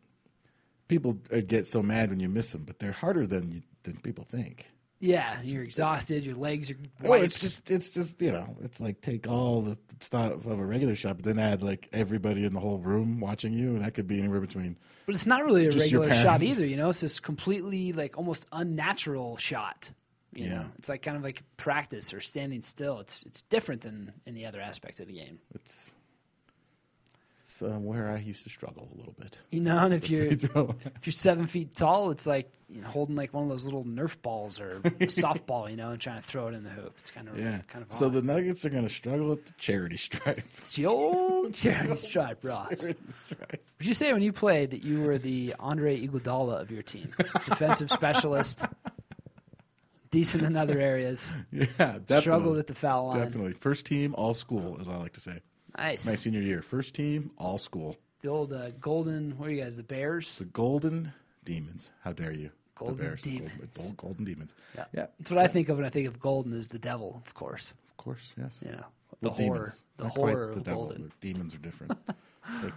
Speaker 2: people uh, get so mad when you miss them, but they're harder than you, than people think.
Speaker 3: Yeah, you're exhausted. Your legs are
Speaker 2: Oh, it's
Speaker 3: wiped.
Speaker 2: just it's just you know it's like take all the stuff of a regular shot, but then add like everybody in the whole room watching you, and that could be anywhere between.
Speaker 3: but it's not really a
Speaker 2: just your
Speaker 3: regular shot
Speaker 2: parents.
Speaker 3: either. You know, it's this completely like almost unnatural shot. You
Speaker 2: Yeah.
Speaker 3: know, it's like kind of like practice or standing still. It's it's different than any other aspect of the game.
Speaker 2: It's it's uh, where I used to struggle a little bit.
Speaker 3: You know, and if you're
Speaker 2: Free throw.
Speaker 3: if you're seven feet tall, it's like you know, holding like one of those little Nerf balls or softball, you know, and trying to throw it in the hoop. It's kind of
Speaker 2: Yeah.
Speaker 3: kind of
Speaker 2: So
Speaker 3: hard.
Speaker 2: the Nuggets are going to struggle with the charity stripe.
Speaker 3: It's the old charity stripe, Ross.
Speaker 2: charity stripe.
Speaker 3: Would you say when you played that you were the Andre Iguodala of your team, defensive specialist, decent in other areas,
Speaker 2: Yeah, definitely.
Speaker 3: struggled at the foul line?
Speaker 2: Definitely. First team, all school, as I like to say.
Speaker 3: Nice.
Speaker 2: My senior year, first team, all school.
Speaker 3: The old uh, golden. What are you guys? The Bears.
Speaker 2: The Golden Demons. How dare you?
Speaker 3: Golden
Speaker 2: the Bears. the
Speaker 3: Demons.
Speaker 2: Golden, Gold- golden Demons. Yeah.
Speaker 3: That's what I think of when I think of golden is the devil, of course.
Speaker 2: Of course, yes.
Speaker 3: You know the
Speaker 2: Well,
Speaker 3: horror,
Speaker 2: demons.
Speaker 3: the
Speaker 2: Not quite
Speaker 3: horror
Speaker 2: the
Speaker 3: of
Speaker 2: devil.
Speaker 3: golden.
Speaker 2: The demons are different. it's like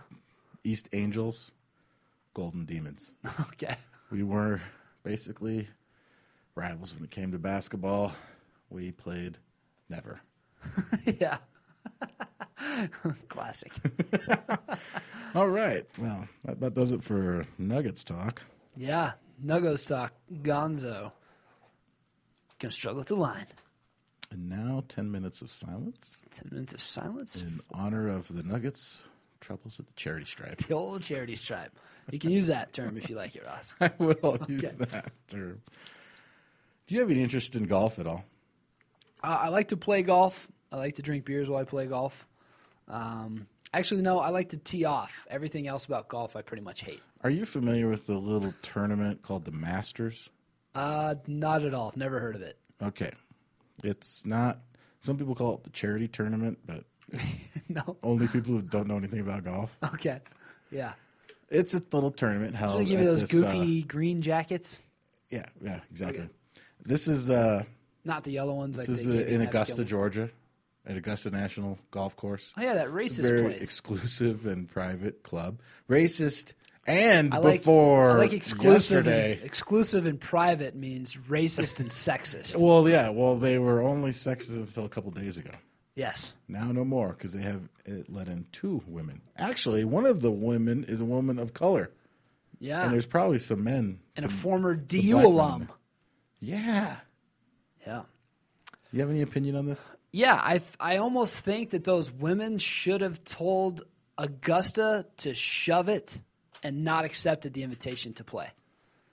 Speaker 2: East Angels, Golden Demons.
Speaker 3: Okay.
Speaker 2: We were basically rivals when it came to basketball. We played never.
Speaker 3: yeah. Classic.
Speaker 2: All right. Well, that about does it for Nuggets talk.
Speaker 3: Yeah. Nuggos talk. Gonzo. Gonna struggle to line.
Speaker 2: And now 10 minutes of silence
Speaker 3: Ten minutes of silence.
Speaker 2: in honor of the Nuggets' troubles at the charity stripe.
Speaker 3: The old charity stripe. You can use that term if you like it, Ross.
Speaker 2: I will use that term. Do you have any interest in golf at all?
Speaker 3: Uh, I like to play golf. I like to drink beers while I play golf. Um, actually, no, I like to tee off. Everything else about golf, I pretty much hate.
Speaker 2: Are you familiar with the little tournament called the Masters?
Speaker 3: Uh, not at all. Never heard of it.
Speaker 2: Okay. It's not, some people call it the charity tournament, but
Speaker 3: no.
Speaker 2: only people who don't know anything about golf.
Speaker 3: Okay. Yeah.
Speaker 2: It's a little tournament held.
Speaker 3: Should I give
Speaker 2: at
Speaker 3: you those
Speaker 2: this,
Speaker 3: goofy green jackets?
Speaker 2: uh, yeah, yeah, exactly. This is uh,
Speaker 3: Not the yellow ones.
Speaker 2: this
Speaker 3: like
Speaker 2: is
Speaker 3: they
Speaker 2: uh,
Speaker 3: gave me
Speaker 2: in
Speaker 3: that
Speaker 2: Augusta,
Speaker 3: yellow-
Speaker 2: Georgia, at Augusta National Golf Course.
Speaker 3: Oh yeah, that
Speaker 2: It's
Speaker 3: racist
Speaker 2: a very
Speaker 3: place.
Speaker 2: exclusive and private club. Racist and
Speaker 3: I like,
Speaker 2: before
Speaker 3: I like exclusive.
Speaker 2: yesterday.
Speaker 3: And, exclusive and private means racist and sexist.
Speaker 2: Well, yeah. Well, they were only sexist until a couple days ago.
Speaker 3: Yes.
Speaker 2: Now no more because they have uh let in two women. Actually, one of the women is a woman of color,
Speaker 3: Yeah.
Speaker 2: and there's probably some men.
Speaker 3: and a
Speaker 2: some-
Speaker 3: former DU
Speaker 2: black men
Speaker 3: alum.
Speaker 2: yeah.
Speaker 3: Yeah.
Speaker 2: You have any opinion on this?
Speaker 3: Yeah, I th- I almost think that those women should have told Augusta to shove it and not accepted the invitation to play.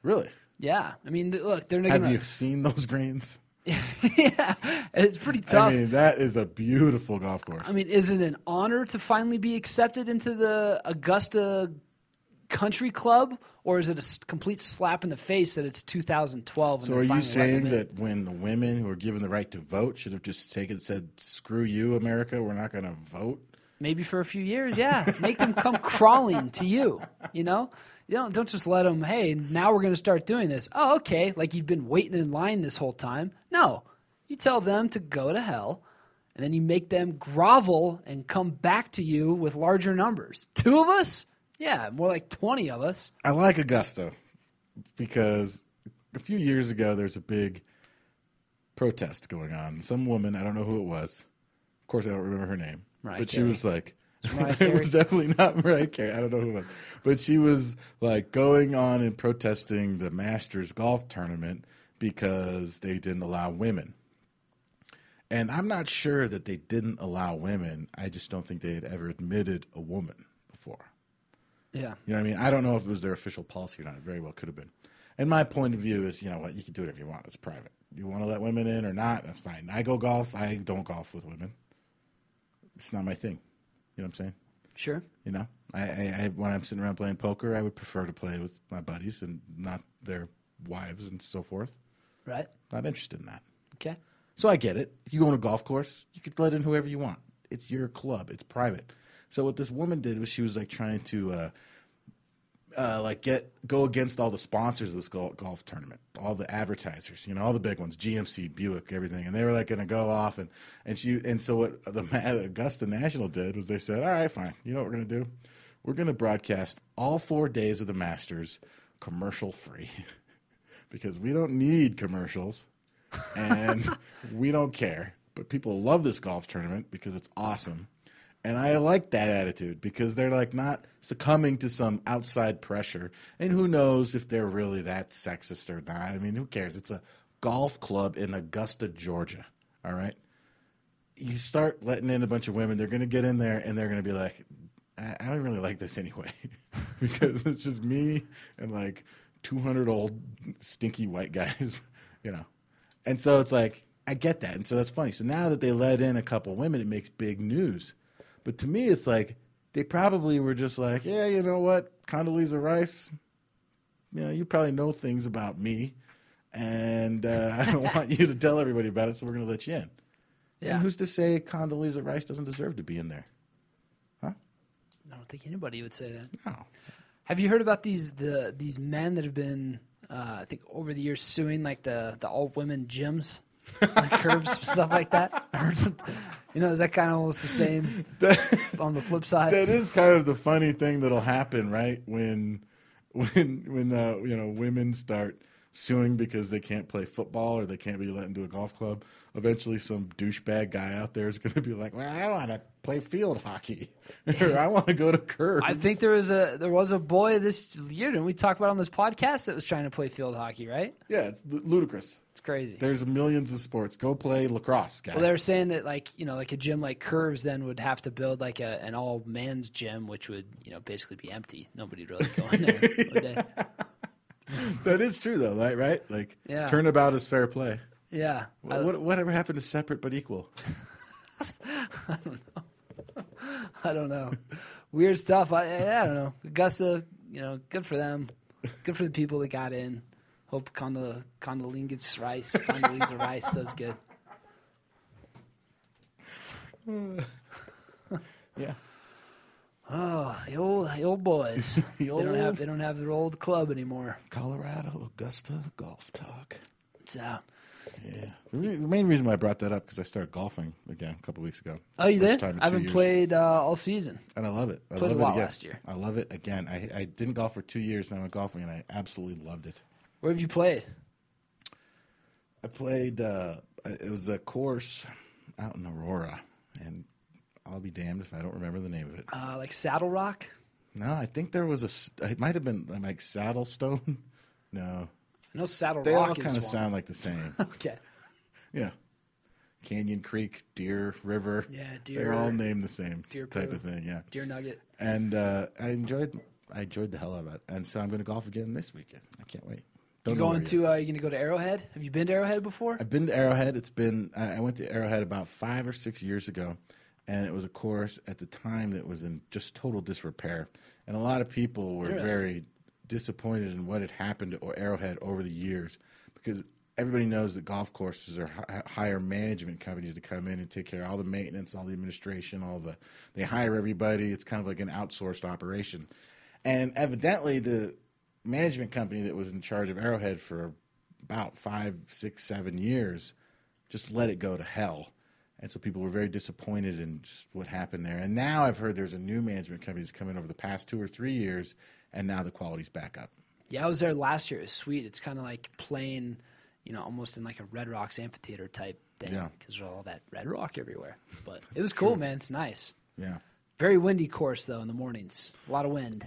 Speaker 2: Really?
Speaker 3: Yeah, I mean, th- look, they're not
Speaker 2: Have
Speaker 3: gonna.
Speaker 2: you seen those greens?
Speaker 3: yeah, it's pretty tough.
Speaker 2: I mean, that is a beautiful golf course.
Speaker 3: is it an honor to finally be accepted into the Augusta Country Club, or is it a s- complete slap in the face that it's 2012? And
Speaker 2: so
Speaker 3: they're
Speaker 2: are you
Speaker 3: finally letting
Speaker 2: saying
Speaker 3: them in?
Speaker 2: that when the women who are given the right to vote should have just taken said, "Screw you, America, we're not going to vote"?
Speaker 3: maybe for a few years yeah make them come crawling to you you know you don't, don't just let them hey now we're going to start doing this oh okay like you've been waiting in line this whole time no you tell them to go to hell and then you make them grovel and come back to you with larger numbers two of us yeah more like 20 of us
Speaker 2: I like Augusta because a few years ago there was a big protest going on. Some woman, I don't know who it was. Of course, I don't remember her name,
Speaker 3: Mariah
Speaker 2: but she
Speaker 3: Carey.
Speaker 2: was like,
Speaker 3: Mariah
Speaker 2: it was definitely not Mariah Carey. I don't know who it was, but she was like going on and protesting the Masters golf tournament because they didn't allow women. And I'm not sure that they didn't allow women. I just don't think they had ever admitted a woman before.
Speaker 3: yeah
Speaker 2: You know what I mean? I don't know if it was their official policy or not. It very well could have been. And my point of view is, you know what? You can do whatever you want. It's private. You want to let women in or not? That's fine. I go golf. I don't golf with women. It's not my thing. You know what I'm saying?
Speaker 3: sure
Speaker 2: You know, I, I, I when I'm sitting around playing poker, I would prefer to play with my buddies and not their wives and so forth.
Speaker 3: right
Speaker 2: Not interested in that.
Speaker 3: okay
Speaker 2: So I get it. You go on a golf course, you could let in whoever you want. It's your club, it's private. So what this woman did was she was like trying to uh, uh, like get go against all the sponsors of this golf, golf tournament, all the advertisers, you know, all the big ones, GMC, Buick, everything, and they were like going to go off and and she and so what the Ma- Augusta National did was they said, all right, fine, you know what we're going to do? We're going to broadcast all four days of the Masters commercial free because we don't need commercials and we don't care. But people love this golf tournament because it's awesome. And I like that attitude because they're like not succumbing to some outside pressure. And who knows if they're really that sexist or not. I mean, who cares? It's a golf club in Augusta, Georgia. All right. You start letting in a bunch of women, they're going to get in there and they're going to be like, I, I don't really like this anyway because it's just me and like 200 old stinky white guys, you know. And so it's like, I get that. And so that's funny. So now that they let in a couple women, it makes big news. But to me, it's like they probably were just like, yeah, you know what? Condoleezza Rice, you know, you probably know things about me. And uh, I don't want you to tell everybody about it, so we're going to let you in.
Speaker 3: Yeah.
Speaker 2: And who's to say Condoleezza Rice doesn't deserve to be in there?
Speaker 3: I don't think anybody would say that.
Speaker 2: No.
Speaker 3: Have you heard about these the these men that have been uh, I think over the years suing like the the all women gyms, like curbs stuff like that? I heard some, you know, is that kind of almost the same on the flip side?
Speaker 2: that is kind of the funny thing that'll happen, right? When, when, when uh, you know, women start suing because they can't play football or they can't be let into a golf club. Eventually, some douchebag guy out there is going to be like, "Well, I want to play field hockey, or I want to go to curves."
Speaker 3: I think there was a there was a boy this year, didn't we talk about on this podcast that was trying to play field hockey, right?
Speaker 2: yeah, it's lu- ludicrous.
Speaker 3: It's crazy.
Speaker 2: There's millions of sports. Go play lacrosse, guys.
Speaker 3: Well, they were saying that like you know like a gym like Curves then would have to build like a an all men's gym, which would you know basically be empty. Nobody'd really go in there. would they?
Speaker 2: that is true, though, right? Right? Like,
Speaker 3: Yeah. Uh,
Speaker 2: turnabout is fair play.
Speaker 3: Yeah. I-
Speaker 2: What, what, whatever happened to separate but equal?
Speaker 3: I don't know. Weird stuff. I, I I don't know. Augusta, you know, good for them. Good for the people that got in. Hope Condol- Condoleezza gets rice. Condoleezza rice. That's good.
Speaker 2: Yeah.
Speaker 3: Oh, the old, the old boys.
Speaker 2: The
Speaker 3: They don't have
Speaker 2: old-
Speaker 3: they don't have their old club anymore.
Speaker 2: Colorado Augusta golf talk.
Speaker 3: It's out.
Speaker 2: Yeah. The, re- the main reason why I brought that up because I started golfing again a couple weeks ago.
Speaker 3: Oh, you
Speaker 2: First
Speaker 3: did?
Speaker 2: time in two
Speaker 3: I haven't
Speaker 2: years.
Speaker 3: played uh, all season.
Speaker 2: and I love it. I
Speaker 3: played a
Speaker 2: love
Speaker 3: lot
Speaker 2: it again.
Speaker 3: last year.
Speaker 2: I love it again. I, I didn't golf for two years, and I went golfing, and I absolutely loved it.
Speaker 3: Where have you played?
Speaker 2: I played. Uh, it was a course out in Aurora, and I'll be damned if I don't remember the name of it.
Speaker 3: Uh, like Saddle Rock.
Speaker 2: No, I think there was a. s- It might have been like Saddlestone. No,
Speaker 3: I know Saddle
Speaker 2: they
Speaker 3: Rock
Speaker 2: all
Speaker 3: is
Speaker 2: kind of
Speaker 3: one.
Speaker 2: sound like the same.
Speaker 3: Okay.
Speaker 2: yeah, Canyon Creek, Deer River.
Speaker 3: Yeah,
Speaker 2: They're all
Speaker 3: Deer-
Speaker 2: named the same
Speaker 3: Deer
Speaker 2: type
Speaker 3: Poo.
Speaker 2: of thing. Yeah.
Speaker 3: Deer Nugget.
Speaker 2: and uh, I enjoyed I enjoyed the hell out of it. And so I'm going to golf again this weekend. I can't wait. Don't
Speaker 3: You
Speaker 2: know where
Speaker 3: going
Speaker 2: yet.
Speaker 3: to? Uh, you gonna go to Arrowhead? Have you been to Arrowhead before?
Speaker 2: I've been to Arrowhead. It's been I I went to Arrowhead about five or six years ago, and it was a course at the time that was in just total disrepair, and a lot of people were
Speaker 3: Interesting.
Speaker 2: very disappointed in what had happened to Arrowhead over the years because everybody knows that golf courses are hi- hire management companies to come in and take care of all the maintenance, all the administration, all the they hire everybody. It's kind of like an outsourced operation, and evidently the management company that was in charge of Arrowhead for about five, six, seven years just let it go to hell. And so people were very disappointed in just what happened there. And now I've heard there's a new management company that's come in over the past two or three years, and now the quality's back up.
Speaker 3: Yeah, I was there last year. It was sweet. It's kind of like playing, you know, almost in like a Red Rocks amphitheater type thing
Speaker 2: Yeah.
Speaker 3: because there's all that red rock everywhere. But it was cool, man. It's nice.
Speaker 2: Yeah,
Speaker 3: Very windy course though in the mornings. A lot of wind.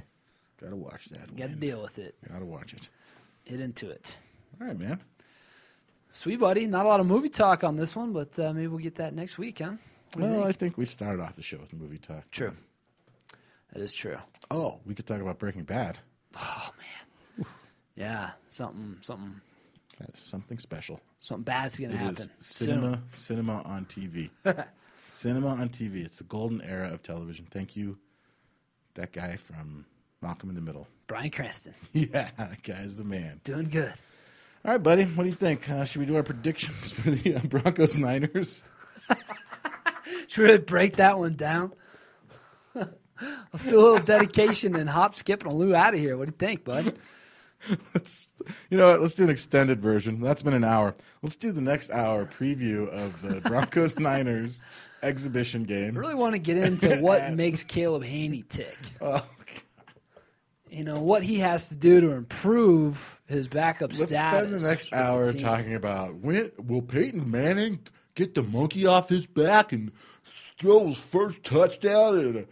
Speaker 2: gotta watch that.
Speaker 3: Got to
Speaker 2: wind.
Speaker 3: deal with it.
Speaker 2: Gotta watch it.
Speaker 3: Hit into it.
Speaker 2: All right, man.
Speaker 3: Sweet buddy. Not a lot of movie talk on this one, but uh, maybe we'll get that next week, huh?
Speaker 2: Well, I think we started off the show with movie talk.
Speaker 3: True. That is true.
Speaker 2: Oh, we could talk about Breaking Bad.
Speaker 3: Yeah, something, something,
Speaker 2: That's something special.
Speaker 3: something bad's gonna
Speaker 2: It
Speaker 3: happen
Speaker 2: is
Speaker 3: soon.
Speaker 2: cinema, cinema on TV. cinema on TV. It's the golden era of television. Thank you, that guy from Malcolm in the Middle.
Speaker 3: Brian Cranston
Speaker 2: Yeah, that guy's the man.
Speaker 3: doing good.
Speaker 2: All right, buddy. What do you think? Uh, should we do our predictions for the uh, Broncos Niners?
Speaker 3: Should we really break that one down? Let's do a little dedication and hop, skip, and a loo out of here. What do you think, bud?
Speaker 2: Let's, you know what? Let's do an extended version. That's been an hour. Let's do the next hour preview of the Broncos Niners exhibition game.
Speaker 3: I really want to get into what makes Caleb Haney tick.
Speaker 2: Oh,
Speaker 3: You know, what he has to do to improve his backup
Speaker 2: Let's
Speaker 3: status.
Speaker 2: spend the next
Speaker 3: for
Speaker 2: hour
Speaker 3: team.
Speaker 2: talking about when will Peyton Manning get the monkey off his back and throw his first touchdown in a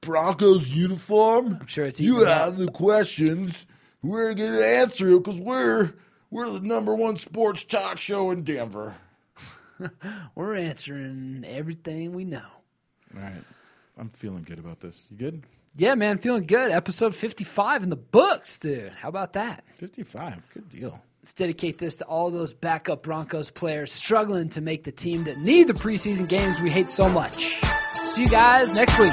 Speaker 2: Broncos uniform? I'm
Speaker 3: sure it's
Speaker 2: you
Speaker 3: eaten
Speaker 2: have the questions. We're gonna answer it because we're we're the number one sports talk show in Denver.
Speaker 3: We're answering everything we know.
Speaker 2: All right, I'm feeling good about this. You good?
Speaker 3: Yeah, man, feeling good. Episode 55 in the books, dude. How about that?
Speaker 2: 55, good deal.
Speaker 3: Let's dedicate this to all those backup Broncos players struggling to make the team that need the preseason games we hate so much. See you guys next week.